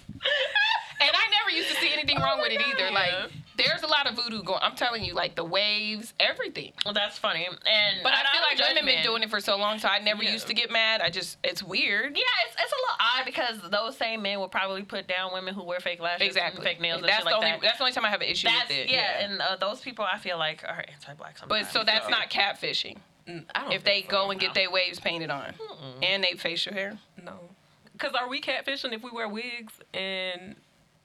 B: I never used to see anything wrong with it
A: Oh,
B: either. Like, there's a lot of voodoo going. I'm telling you, like the waves, everything.
A: Well, that's funny. And
B: But I,
A: and
B: feel
A: don't
B: like
A: judge
B: women been
A: men.
B: doing it for so long, so I never
D: Yeah.
B: used to get mad. I just, it's weird.
A: Yeah, it's, it's a little odd because those same men will probably put down women who wear fake lashes,
B: Exactly.
A: and fake nails, and
B: that's
A: shit
B: the
A: like
B: only.
A: that.
B: That's the only time I have an issue
A: That's-
B: with it.
A: yeah, and uh, those people I feel like are anti-black sometimes.
B: but so that's not catfishing.
D: Mm, I don't
B: If they
D: think so.
B: go and get their waves painted on and they facial hair,
D: no, because are we catfishing if we wear wigs and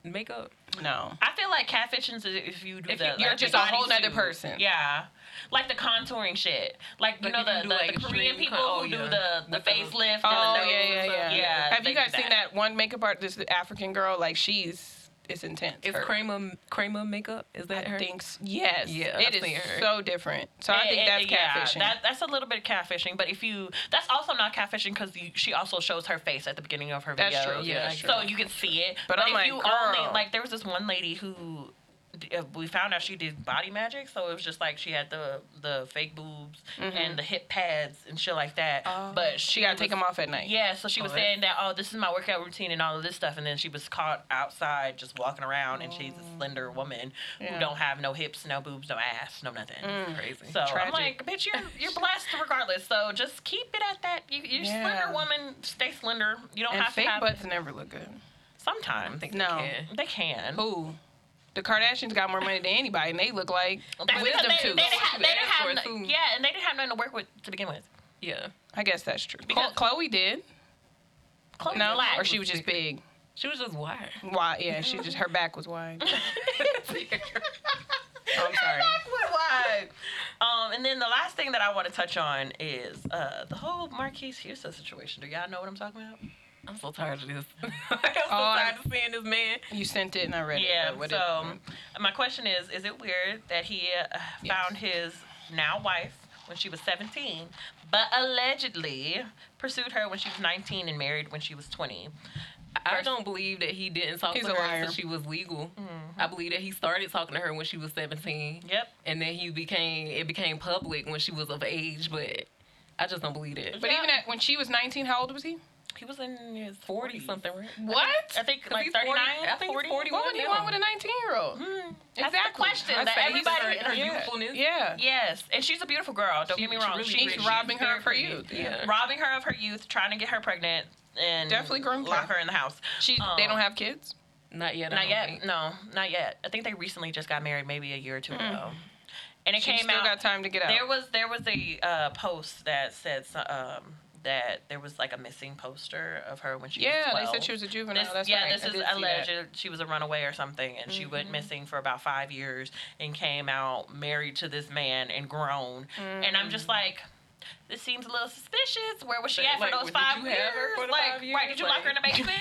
D: makeup?
B: no.
A: I feel like catfishing is if you do
D: If you-
A: that.
B: you're
A: like,
B: just
A: the
B: a whole
A: bodysuit.
B: nother person.
A: Yeah, like the contouring shit. Like you
D: Like
A: know
D: if you
A: the,
D: do,
A: the,
D: like,
A: the Korean
D: extreme
A: people
D: con- oh,
A: who do
D: yeah.
A: the the
D: With the-
A: facelift.
B: Oh
A: and the
B: yeah,
A: nose
B: yeah,
A: and-
B: yeah.
A: yeah.
B: Have you
A: they
B: guys
A: do
B: seen that one makeup artist, this African girl? Like she's it's intense.
D: Is
B: her.
D: Kramer Kramer makeup? Is that her?
B: I think s- yes.
D: Yeah,
B: it
D: I've
B: is
D: seen her.
B: so different. So I
A: And-
B: think
A: and-
B: that's
A: and yeah,
B: catfishing.
A: that- that's a little bit of catfishing, but if you, that's also not catfishing because she also shows her face at the beginning of her
B: That's
A: video.
B: true,
D: yeah,
A: Like,
D: that's
A: so you can see it.
B: But I'm
A: if
B: like,
A: you
B: girl.
A: only like, there was this one lady who d- uh, we found out she did body magic, so it was just like she had the the fake boobs and the hip pads and shit like that. but
B: she Mm-hmm. Oh. gotta
A: was-
B: take them off at night.
A: Yeah, so she was
D: Oh,
A: saying that, oh, this is my workout routine and all of this stuff, and then she was caught outside just walking around, and she's a slender woman
B: Oh. Yeah. Mm.
A: who don't have no hips, no boobs, no ass, no nothing.
D: Crazy.
A: So
B: Tragic.
A: I'm like, bitch, you're
B: *laughs*
A: you're blessed regardless. So just keep it at that. You, you're
B: Yeah.
A: slender woman. Stay slender. You don't
B: And
A: have
B: fake
A: to have.
B: butts never look good.
A: sometimes
D: think
B: No.
D: They can.
A: they can.
B: Who? The Kardashians got more money than anybody, and they look like wisdom
A: they,
B: tooth.
A: They didn't have, they didn't
D: Ask
A: have
D: for it,
A: no-
D: too.
A: yeah, and they didn't have nothing to work with to begin with.
D: Yeah,
B: I guess that's true.
A: Because-
B: Chloe did.
A: Chloe
B: No,
A: black.
B: or she was just big.
D: she was
B: *laughs*
D: just *laughs* wired.
B: Why? Yeah, she just her back was
A: *laughs*
B: wide. Oh,
D: *laughs*
B: I'm sorry.
A: Um, and then the last thing that I want to touch on is uh, the whole Marquise Houston situation. Do y'all know what I'm talking about?
D: I'm so tired of this.
A: Oh,
D: *laughs* I'm so tired
B: I'm-
D: of seeing this man.
B: You sent it and I read it.
D: uh,
A: Yeah.
B: but what
A: so
B: is-
D: mm-hmm.
A: my question is: Is it weird that he uh,
B: Yes.
A: found his now wife when she was 17, but allegedly pursued her when she was 19 and married when she was 20?
D: I
A: First-
D: don't believe that he didn't talk
B: He's
D: to
B: a
D: her
B: liar.
D: until she was legal.
A: Mm-hmm.
D: I believe that he started talking to her when she was 17.
A: Yep.
D: And then he became it became public when she was of age, but I just don't believe it.
B: But
A: Yeah.
B: even at, when she was 19, how old was he?
A: He was in his
D: 40 something, right?
B: What?
A: I think
D: 'Cause
A: like
D: he's
A: 39.
D: 40 I think he's 41.
B: What would he
D: now.
B: want with a 19 year old?
A: Mm-hmm. That's the question
D: I'd
A: that
D: say he's
A: everybody.
D: her- her
A: yeah.
D: youthfulness.
B: Yeah.
A: Yes, and she's a beautiful girl. Don't
D: She-
A: get me
D: she
A: wrong.
D: really
A: She's
D: pretty.
B: He's robbing her
A: very
B: for
A: pretty.
B: youth.
D: Yeah.
A: Robbing her of her youth, trying to get her pregnant, and
B: Definitely groomed
A: lock
B: her.
A: her in the house.
B: She,
A: Um,
B: they don't have kids.
D: Not yet. I
A: Not
D: don't
A: yet.
D: think.
A: No, not yet. I think they recently just got married, maybe a year or two ago. And it
B: Mm. She
A: came
B: still
A: out.
B: got time to get out.
A: There was there was a uh, post that said so- um, that there was like a missing poster of her when she was
B: yeah, they
A: 12.
B: said she was a juvenile.
A: This-
B: That's
A: yeah,
B: right. I
A: this is
B: did see that. Mm-hmm. *laughs*
A: alleged. She was a runaway or something, and she went missing for about five
B: Mm.
A: years and came out married to this man and grown. And I'm just like, this seems a little suspicious. Where was she at
D: Like,
A: for those
D: did you
A: five years?
D: have her for the
A: like,
D: five
A: right?
D: years?
A: Did you lock her in the basement?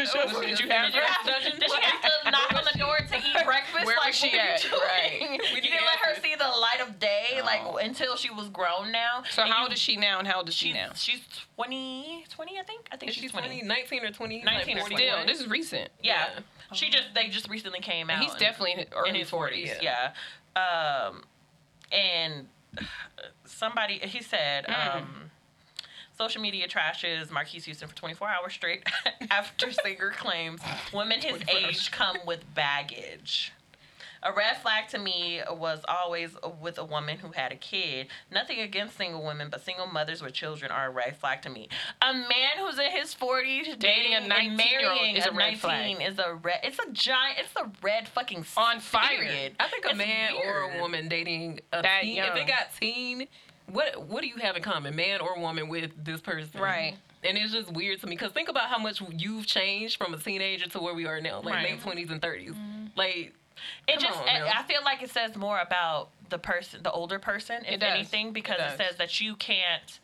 B: Michelle,
D: was
B: *laughs* did
D: just-
B: you have
D: did you
B: her?
D: have-
A: *laughs*
D: dungeon?
A: Did she have to knock on the door to
B: *laughs*
A: eat breakfast?
B: Where
A: like,
B: was she
A: what were you
B: at?
A: doing? *laughs*
B: Right.
A: You
D: We need
A: didn't let her
D: answers.
A: see the light of day, like
B: No.
A: until she was grown now.
B: So
A: And
B: how
A: you-
B: old is she now, and how old is she
A: she's,
B: now?
A: She's 20, 20, I think. I think
D: Is
A: she's
D: she
A: 20.
D: 20, 19 or 20?
A: 19 or
D: like 41.
B: Still, this is recent.
A: Yeah.
D: Yeah.
A: She just they just recently came out.
B: He's
A: and-
B: definitely in his early
A: in his
B: 40s.
A: forties. Yeah. Um, and *sighs* somebody he said
B: Mm-hmm.
A: um, social media trashes Marquise Houston for 24 hours straight *laughs* after singer claims women his
B: 24 hours.
A: age come with baggage. A red flag to me was always with a woman who had a kid. Nothing against single women, but single mothers with children are a red flag to me. A man who's in his 40s dating,
B: Dating a
A: and marrying
B: 19-year-old is
A: a
B: a red flag.
A: 19 is a red. It's a giant. It's a red fucking
B: On fire.
A: Period.
D: I think a
A: It's
D: man or
A: weird.
D: a woman dating a
B: That
D: teen, if
B: young.
D: it got teen, what what do you have in common, man or woman, with this person?
B: Right.
D: And it's just weird to me because think about how much you've changed from a teenager to where we are now, like
A: Right.
D: late twenties and 30s Like
A: It
D: Come
A: just,
D: on,
A: I,
D: Mel.
A: I feel like it says more about the person, the older person, if
B: does.
A: anything, because
B: It
A: it,
B: does.
A: says that you can't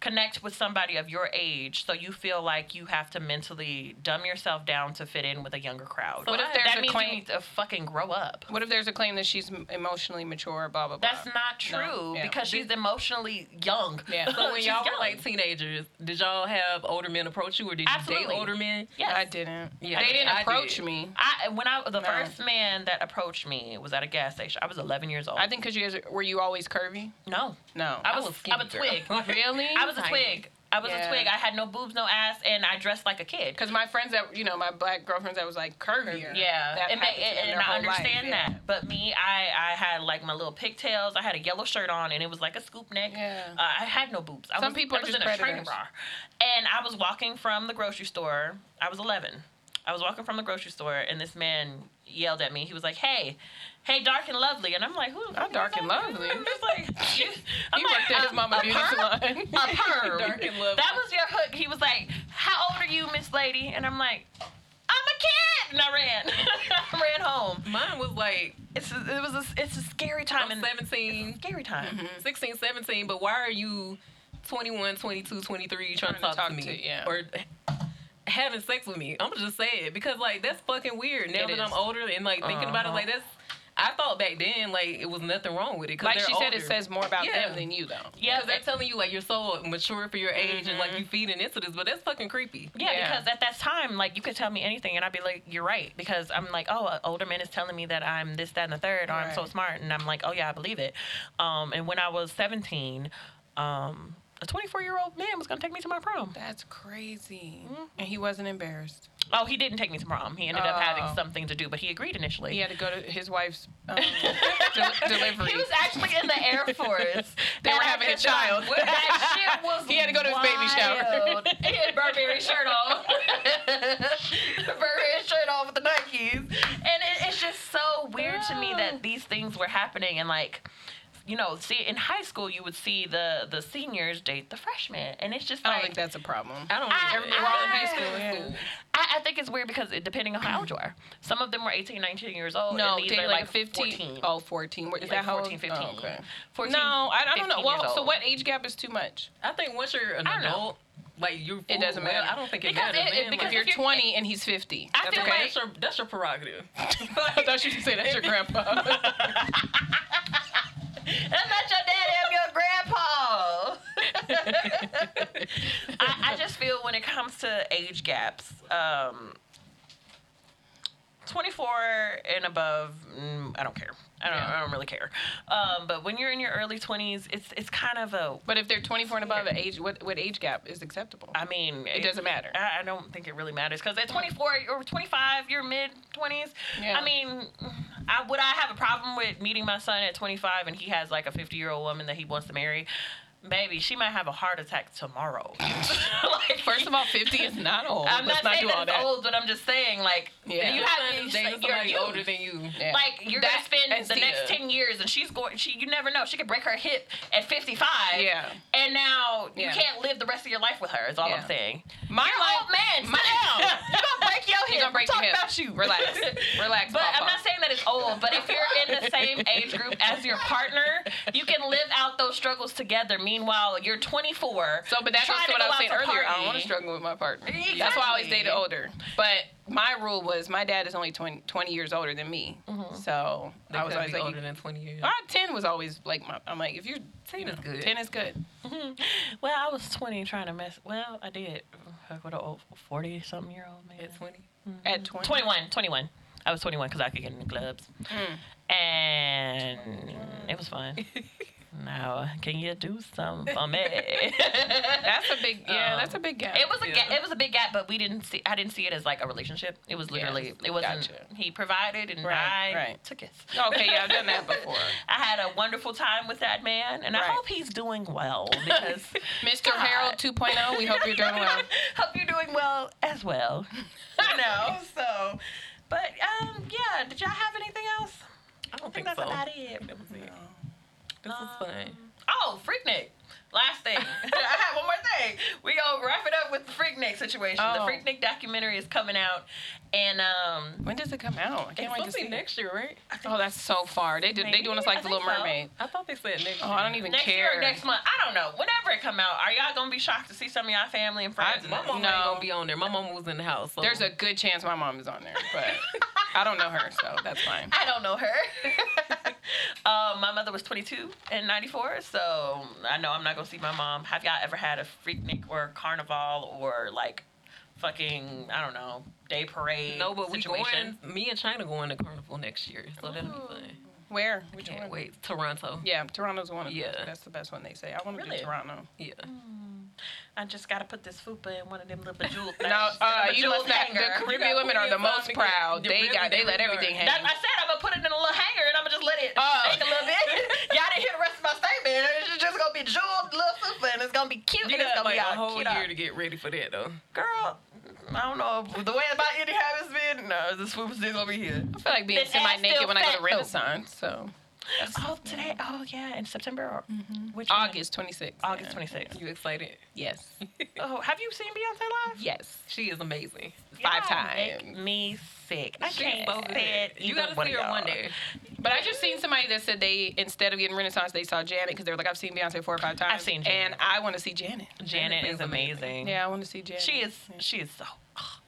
A: connect with somebody of your age, so you feel like you have to mentally dumb yourself down to fit in with a younger crowd.
D: So
B: What if
D: I-
B: there's
A: that
B: a
A: means
B: claim?
A: you need to fucking grow up.
B: What if there's a claim that she's m- emotionally mature? Blah blah blah.
A: That's not true
B: No, yeah.
A: because she's emotionly young.
B: *laughs* Yeah.
D: so when
A: She's
D: y'all
A: young.
D: were like teenagers, did y'all have older men approach you, or did you
A: Absolutely.
D: date older men?
A: yes.
B: I didn't.
D: Yeah,
B: they didn't
D: I
B: approach
D: did.
B: me.
A: I when I the
B: No.
A: first man that approached me was at a gas station. I was 11 years old.
B: I think because you guys were you always curvy.
A: no,
B: No,
A: I was
D: was
A: I
D: skinny,
A: was a
D: girl.
B: *laughs*
A: twig.
B: really.
A: I was a
D: Tiny.
A: twig. I was a
B: Yeah.
A: twig. I had no boobs, no ass, and I dressed like a kid.
B: because my friends that you know my black girlfriends that was like curvier.
A: Yeah,
B: that
A: it may,
B: happened to them
A: and,
B: their
A: I
B: whole
A: understand
B: life, yeah.
A: that. But me, I I had like my little pigtails. I had a yellow shirt on, and it was like a scoop neck.
B: Yeah.
A: Uh, I had no boobs. I
B: Some
A: was,
B: people
A: I
B: are
A: was
B: just
A: in a trainer
B: predators.
A: bra, and I was walking from the grocery store. I was 11. I was walking from the grocery store, and this man yelled at me. He was like, "Hey, hey, dark and lovely," and I'm like, "Who? the fuck
B: I'm
A: is
B: dark
A: that?"
B: and
A: *laughs*
B: lovely.
A: I'm just like, *laughs* you- I'm
B: He
A: like,
B: worked at his
A: "A-
B: mama
A: a
B: beauty
A: perm?"
B: salon. *laughs*
A: a perm.
D: Dark and lovely.
A: That was your hook. He was like, "How old are you, Miss Lady?" And I'm like, "I'm a kid," and I ran. *laughs* I ran home.
D: Mine was like
A: It's a, it was a, it's a scary time.
D: I'm
A: And
D: 17,
A: scary time.
B: Mm-hmm.
D: 16, 17, but why are you 21, 22, 23 trying, to talk, to me?
B: yeah.
D: Or having sex with me. I'm just saying it because like that's fucking weird. Now
B: It
D: that
B: is.
D: I'm older and like thinking about it
A: Uh-huh.
D: like that's I thought back then like it was nothing wrong with it. 'cause
B: Like
D: they're
B: she said, it
D: older.
B: says more about
D: Yeah.
B: them than you though.
A: Yeah,
D: Because they're
A: that-
D: telling you like you're so mature for your age and like you feeding into this, but that's fucking creepy.
A: yeah,
B: yeah.
A: because at that time, like you could tell me anything, and I'd be like, "You're right," because I'm like, "Oh, an older man is telling me that I'm this, that, and the third, or I'm so
B: Right.
A: smart," and I'm like, "Oh yeah, I believe it." Um, and when I was 17, um, a 24 year old man was gonna take me to my prom.
B: That's crazy. Mm-hmm. And he wasn't embarrassed.
A: Oh, he didn't take me to prom. He ended up having
B: Oh.
A: something to do, but he agreed initially.
B: He had to go to his wife's
A: *laughs*
B: um, *laughs* de- delivery.
A: He was actually in the Air Force.
B: *laughs* They were having a child.
A: What?
B: *laughs*
A: That shit was
B: He had to go to his baby shower.
A: wild.
B: *laughs*
A: He had Burberry shirt on. *laughs* Burberry shirt on with the Nikes. And it, it's just so weird to me that these things were happening and like you know, see in high school you would see the the seniors date the freshmen and it's just
B: I don't
A: like
B: think that's a problem.
D: I don't
A: I-
D: remember
A: I-
D: all in high school.
B: Yeah.
D: and school.
A: I, I think it's weird because it, depending on how old you are. Some of them were 18, 19 years old
B: No,
A: and these
B: dating
A: are
B: like,
A: like
B: 15.
A: 14.
B: Oh, 14. What- Is
A: Like
B: that how
A: 14, 15.
B: Oh, okay.
A: 14,
B: no, I, I don't know.
A: 15 years
B: Well, so
A: old.
B: what age gap is too much?
D: I think once you're an
A: I don't know.
D: adult, like you
B: It doesn't
D: well,
B: matter.
D: I don't think it
A: Because
D: matters.
A: it- it-
D: man.
A: because
B: If
D: Like,
B: you're
A: if you're-
B: 20 and he's 50.
A: I feel
B: okay.
A: like-
D: that's your that's your prerogative.
B: I thought you said that's your grandpa.
A: That's not your daddy, I'm your grandpa. I, I just feel when it comes to age gaps, um, 24 and above, mm, I don't care. I don't, I don't really care. Um, but when you're in your early 20s, it's it's kind of a,
B: but if they're 24 and above, age what what age gap is acceptable?
A: I mean,
B: It doesn't matter.
A: I, I don't think it really matters because at 24 or 25, you're mid 20s.
B: Yeah.
A: I mean, I, would I have a problem with meeting my son at 25 and he has like a 50 year old woman that he wants to marry? Maybe she might have a heart attack tomorrow. *laughs* like,
B: First of all, 50 is not old.
A: I'm
B: Let's
A: not
B: not
A: saying
B: do all
A: that it's
B: that.
A: old, but I'm just saying like
B: Yeah.
A: you
D: Your
A: have
D: son
A: you
D: is
A: say
D: dating
A: you're
D: somebody
A: youth.
D: older than you.
B: Yeah.
A: Like you're
B: That's-
A: gonna
B: that's
A: spend the next
B: Tina.
A: ten years, and she's going. She, you never know. She could break her hip at fifty five.
B: Yeah.
A: And now you
B: Yeah.
A: can't live the rest of your life with her. Is all
B: Yeah.
A: I'm saying.
B: My
A: You're an
B: life-
A: old man. Sit down. you gonna break your about
B: You're
A: him.
B: gonna break
A: Talk
B: your hip.
A: about you. *laughs*
B: Relax. Relax.
E: But I'm
B: Papa.
E: not saying that it's old, but if you're in the same age group as your partner, you can live out those struggles together. Meanwhile, you're 24.
B: So, but that's
E: trying to
B: also what I
E: go
B: was
E: out
B: saying
E: to
B: earlier. I
E: party.
B: don't want to struggle with my partner. That's why I always dated older. But my rule was my dad is only 20, 20 years older than me. So
D: They
B: I was
D: could
B: always
D: be
B: like,
D: older than 20 years.
B: Ah, 10 was always like, my, I'm like, if you're
D: 10 is good.
B: 10 is good.
A: Well, I was 20 trying to mess. Well, I did. Fuck with an old 40 something year old man.
D: At 20.
B: At 20.
A: 21, 21. I was 21 because I could get in the clubs. And it was fun. now, can you do something for me? *laughs*
B: That's a big, yeah,
A: Um,
B: that's a big gap.
E: It was a
D: Yeah.
E: ga- it was a big gap, but we didn't see. I didn't see it as like a relationship. It was literally it wasn't.
B: gotcha.
E: He provided and
B: Right,
E: I
B: right.
E: took it.
B: okay, yeah, I've
E: *laughs*
B: done that before.
E: I had a wonderful time with that man, and I
B: Right.
E: hope he's doing well because
A: *laughs*
B: Mr. Harold 2.0, we hope you're doing well.
E: *laughs* hope you're doing well as
A: *laughs*
E: well.
A: you know, so. But um, yeah. Did y'all have anything else?
D: I don't
A: I think
D: think,
A: that's
D: so.
A: about it.
D: This is fun.
A: Oh, Freaknik. Last
D: *laughs*
A: thing. *laughs* I have one more thing. We gonna wrap it up with the Freaknik situation.
B: Oh.
A: The Freaknik documentary is coming out, and um,
B: When does it come out? I can't wait to
D: Supposed to
B: see.
D: be next year, right?
B: Oh, that's so far. They did, they doing us like
A: I
B: the
A: think
B: Little
A: so.
B: Mermaid.
D: I thought they said next
B: Oh,
D: year.
B: I don't even
A: next
B: care.
A: year or next month, I don't know. Whenever it come out, are y'all gonna be shocked to see some of y'all family and friends? in
D: My
A: it?
D: mom
B: No.
D: ain't gonna be on there. My mom was in the house. So.
B: There's a good chance my mom is on there, but I don't know her, so that's fine.
A: I don't know
D: *laughs*
A: her. um, my mother was 22 in 94, so I know I'm not gonna see my mom. Have y'all ever had a Freaknik or carnival or like fucking I don't know day parade?
D: no, but we
A: situation?
D: going. Me and China going to Carnival next year, so that'll be fun.
B: Where?
D: I
B: Which
D: can't
B: one?
D: wait. Toronto.
B: Yeah, Toronto's one of them.
D: Yeah.
B: That's the best one they say. I want to
A: Really?
B: do Toronto.
D: Yeah.
A: I just gotta put this fupa in one of them little *laughs* bejeweled things.
B: No, uh, you know
A: bejeweled
B: what's that?
A: hanger.
B: The Caribbean
D: got
B: women are
D: plenty
B: the
D: of time
B: most
D: to get
B: proud.
D: your
B: They
D: ribbon
B: got they let
D: done.
B: everything
A: That, I
B: hang.
A: said I'm gonna put it in a little hanger and I'm gonna just let it
B: Oh.
A: shake a little *laughs* bit. Y'all didn't hear the rest of my statement. It's just gonna be jeweled little fupa and it's gonna be cute
D: You
A: and it's
D: got
A: gonna
D: like
A: be
D: a
A: all
D: whole
A: cute.
D: year to get ready for that, though.
A: Girl, I don't know the way my eating habits been. No, this fupa's still over here.
B: I feel like being
A: This ass
B: semi naked
A: still
B: when I
A: fat,
B: go
A: though.
B: to Renaissance. So
A: Oh, today. Oh yeah, in September or which one?
B: August 26th.
A: August
B: yeah.
A: 26th.
D: You excited?
B: Yes.
A: Oh, have you seen Beyonce live?
B: *laughs* Yes.
D: She is amazing.
B: Five
A: Y'all make
B: times.
A: Me sick. I
D: She's
A: can't
D: so good.
A: stand
D: You
A: either
D: gotta
A: one
D: see
A: of
D: her one
A: y'all.
D: day.
B: But I just seen somebody that said they instead of getting Renaissance, they saw Janet because they were like, I've seen Beyonce four or five times.
A: seen
B: and
A: Janet.
B: I want to see Janet.
A: Janet is
D: Janet's amazing.
A: amazing.
B: Yeah, I want to see Janet.
A: She is. She is so. ah,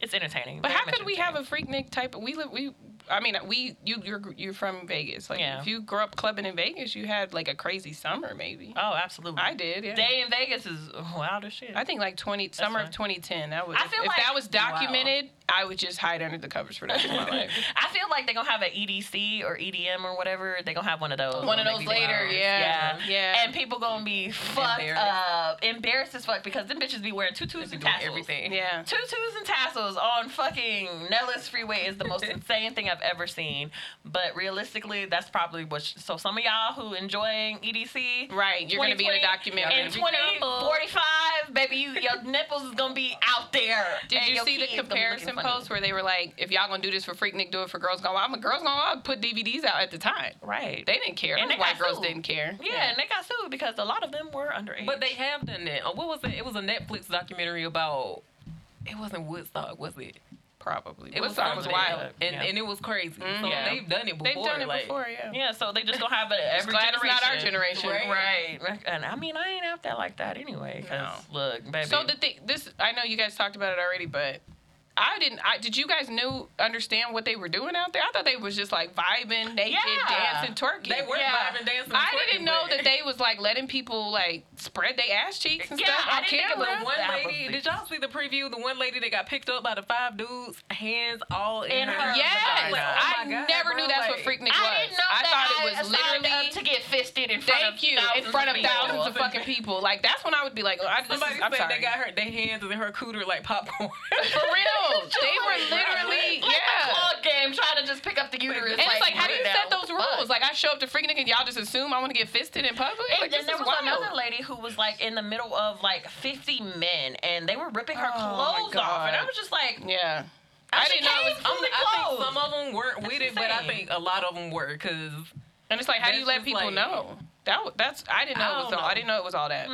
A: it's entertaining.
B: But
A: very
B: how
A: much
B: could we have a
A: entertaining.
B: freaknik type? We live. We. I mean, we. You. You're. You're from Vegas. Like,
A: Yeah.
B: if you grew up clubbing in Vegas, you had like a crazy summer. Maybe
A: Oh, absolutely.
B: I did. Yeah.
A: Day in Vegas is wild as shit.
B: I think like twenty summer
A: fine.
B: of 2010. That was.
A: I
B: if-
A: feel
B: if
A: like-
B: that was documented, I would just hide under the covers for the rest of my life.
A: *laughs* I feel like they're gonna have an EDC or EDM or whatever. They're gonna have one of those.
B: One of
A: Maybe
B: those
A: they
B: later,
A: will.
B: yeah,
A: yeah,
B: yeah.
A: And people gonna be fucked
D: Embarrassed.
A: up, embarrassed as fuck because them bitches be wearing tutus
D: She
A: and
D: doing
A: tassels.
D: everything.
B: Yeah.
A: Tutus and tassels on fucking Nellis Freeway is the most insane thing I've ever seen. But realistically, that's probably what. Sh- so some of y'all who enjoying E EDC,
B: Right. You're gonna be in a
A: 2020
B: documentary.
A: In 2045, baby, you, your nipples is gonna be out there.
B: Did
A: and
B: you
A: your
B: see the
A: kids gonna be
B: comparison
A: looking funny.
B: post where they were like, if y'all gonna do this for Freaknik, do it for Girls Gone Wild? But Girls Gone Wild put DVDs out at the time.
A: Right.
B: They didn't care.
A: And
B: Those
A: they got
B: white girls
A: sued.
B: didn't care.
A: yeah, and they got sued because a lot of them were underage.
D: But they have done that. Oh, what was it? It was a Netflix documentary about. It wasn't Woodstock, was it?
B: Probably.
D: It
B: Woodstock was
D: something.
B: wild.
D: And,
A: Yeah.
D: and it was crazy. So
B: Yeah.
D: they've done it before.
B: They've done it
D: like,
B: before. Yeah.
A: yeah, so they just don't have it. Every
B: glad it's not our generation.
A: right? Right. And I mean, I ain't out there like that anyway. 'cause, look, baby.
B: So the thing, this I know you guys talked about it already, but I didn't. I did you guys knew understand what they were doing out there? I thought they was just like vibing, naked,
A: Yeah.
B: dancing, twerking.
D: They were
A: Yeah.
D: vibing, dancing.
B: I
D: twerking,
B: didn't know
D: but-
B: that they was like letting people like spread their ass cheeks and
A: Yeah,
B: stuff
A: I
B: on
A: didn't think
B: camera.
A: about
D: The one
A: That was
D: lady,
A: the-
D: did y'all see the preview? The one lady that got picked up by the five dudes, hands all in,
A: In her
B: Yes,
A: Oh my
B: I
D: God,
B: never
D: bro,
B: knew that's
D: like-
B: what Freaknik was.
A: I didn't know
B: I
A: that
B: thought
A: I
B: it was
A: signed
B: literally
A: up to get fisted in front
B: thank
A: of
B: you
A: thousands
B: in front of
A: people. *laughs*
B: thousands of fucking people. Like that's when I would be like, oh, I, this is-
D: Somebody
B: I'm
D: said
B: sorry.
D: they got her, their hands in her cooter like *laughs* popcorn.
B: For
A: *laughs*
B: real, they were literally
A: like the
B: yeah.
A: claw game, trying to just pick up the uterus.
B: And it's like, how do you
A: right
B: set
A: now.
B: those rules? Like, I show up to Freaknik and y'all just assume I want to get fisted in public?
A: And
B: Like,
A: then
B: this
A: there
B: is
A: was
B: wild.
A: another lady who was like in the middle of like 50 men and they were ripping her
B: Oh, my
A: clothes off. And I
B: God.
A: was just like,
B: Yeah. I
A: she
B: didn't know it
A: came
B: was.
A: fully
D: I think
A: clothed.
D: some of them weren't with it, but I
A: insane.
D: think a lot of them were because
B: And it's like, how do you let
D: That's just
B: people
D: like-
B: know? That w- that's I didn't know
A: I
B: it was
A: don't
B: all. I
A: know.
B: didn't know it was all that.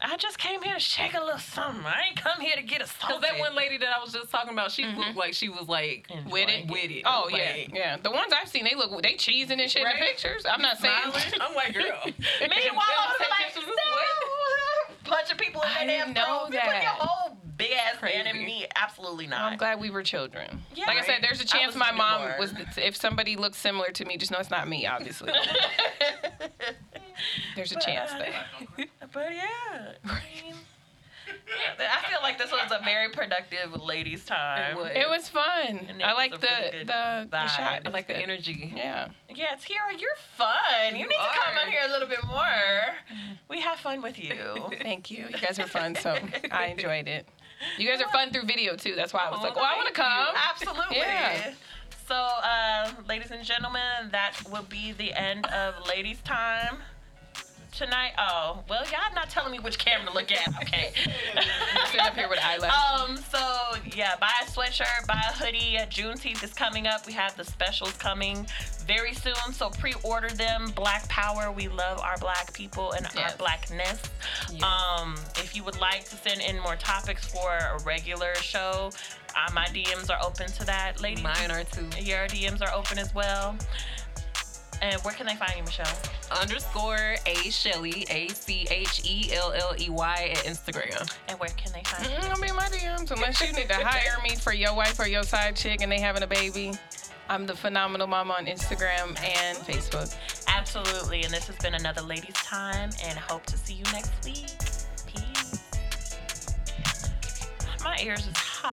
A: I just came here to shake a little something. I ain't come here to get assaulted.
D: Because that one lady that I was just talking about, she looked like she was like
B: With it,
D: with Mm-hmm. it.
B: Oh
D: Like,
B: yeah, yeah. The ones I've seen, they look they cheesing and shit in the
D: Right?
B: pictures. I'm not saying.
D: smiling. I'm like, girl. *laughs*
A: Meanwhile, I was
D: Take
A: like,
D: pictures of
A: no. *laughs* Bunch of people
B: I
A: in their damn
B: didn't know
A: know You put
B: that.
A: your whole big ass man in
D: Crazy.
A: me. Absolutely not.
B: I'm
A: *laughs*
B: glad we were children.
A: Yeah.
B: like I said,
A: Right.
B: there's a
A: I
B: chance
A: was
B: my mom
A: newborn.
B: was. If somebody looks similar to me, just know it's not me.
A: *laughs*
B: Obviously, there's a chance that.
A: But yeah, I mean, yeah, I feel like this was a very productive ladies' time.
D: was.
B: It was fun.
A: And it
B: I
A: was
B: like
A: a
B: the
A: really
B: the,
A: good
B: the,
A: vibe.
B: shot.
D: I like the energy.
B: Yeah.
A: Yeah, Tiara, you're fun. You need to come
D: are.
A: on here a little bit
B: *laughs*
A: more. We have fun with you.
B: Thank you. You guys are fun, so I enjoyed it. You guys are fun through video too. That's why I was like,
A: Oh,
B: well, I want to come. *laughs*
A: Absolutely.
B: Yeah.
A: So, uh, ladies and gentlemen, that will be the end of ladies' time tonight. Oh, well, y'all not telling me which camera to look at.
B: *laughs*
A: Okay.
B: Sitting up here
A: *laughs*
B: with eyelash.
A: Um, so yeah, buy a sweatshirt, buy a hoodie. Juneteenth is coming up. We have the specials coming very soon, so pre-order them. Black Power, we love our black people and
B: Yes.
A: our blackness. Um, if you would like to send in more topics for a regular show, uh, my DMs are open to that, ladies.
D: Mine are too.
A: Your DMs are open as well. And where can they find you, Michelle?
D: Underscore A Shelly, A C H E L L E Y at Instagram.
A: And where can they find you?
B: Mm, I'm in my DMs unless you need to hire me for your wife or your side chick and they having a baby. I'm the phenomenal mom on Instagram and Facebook.
A: Absolutely. And this has been another ladies' time, and hope to see you next week. Peace. My ears is hot.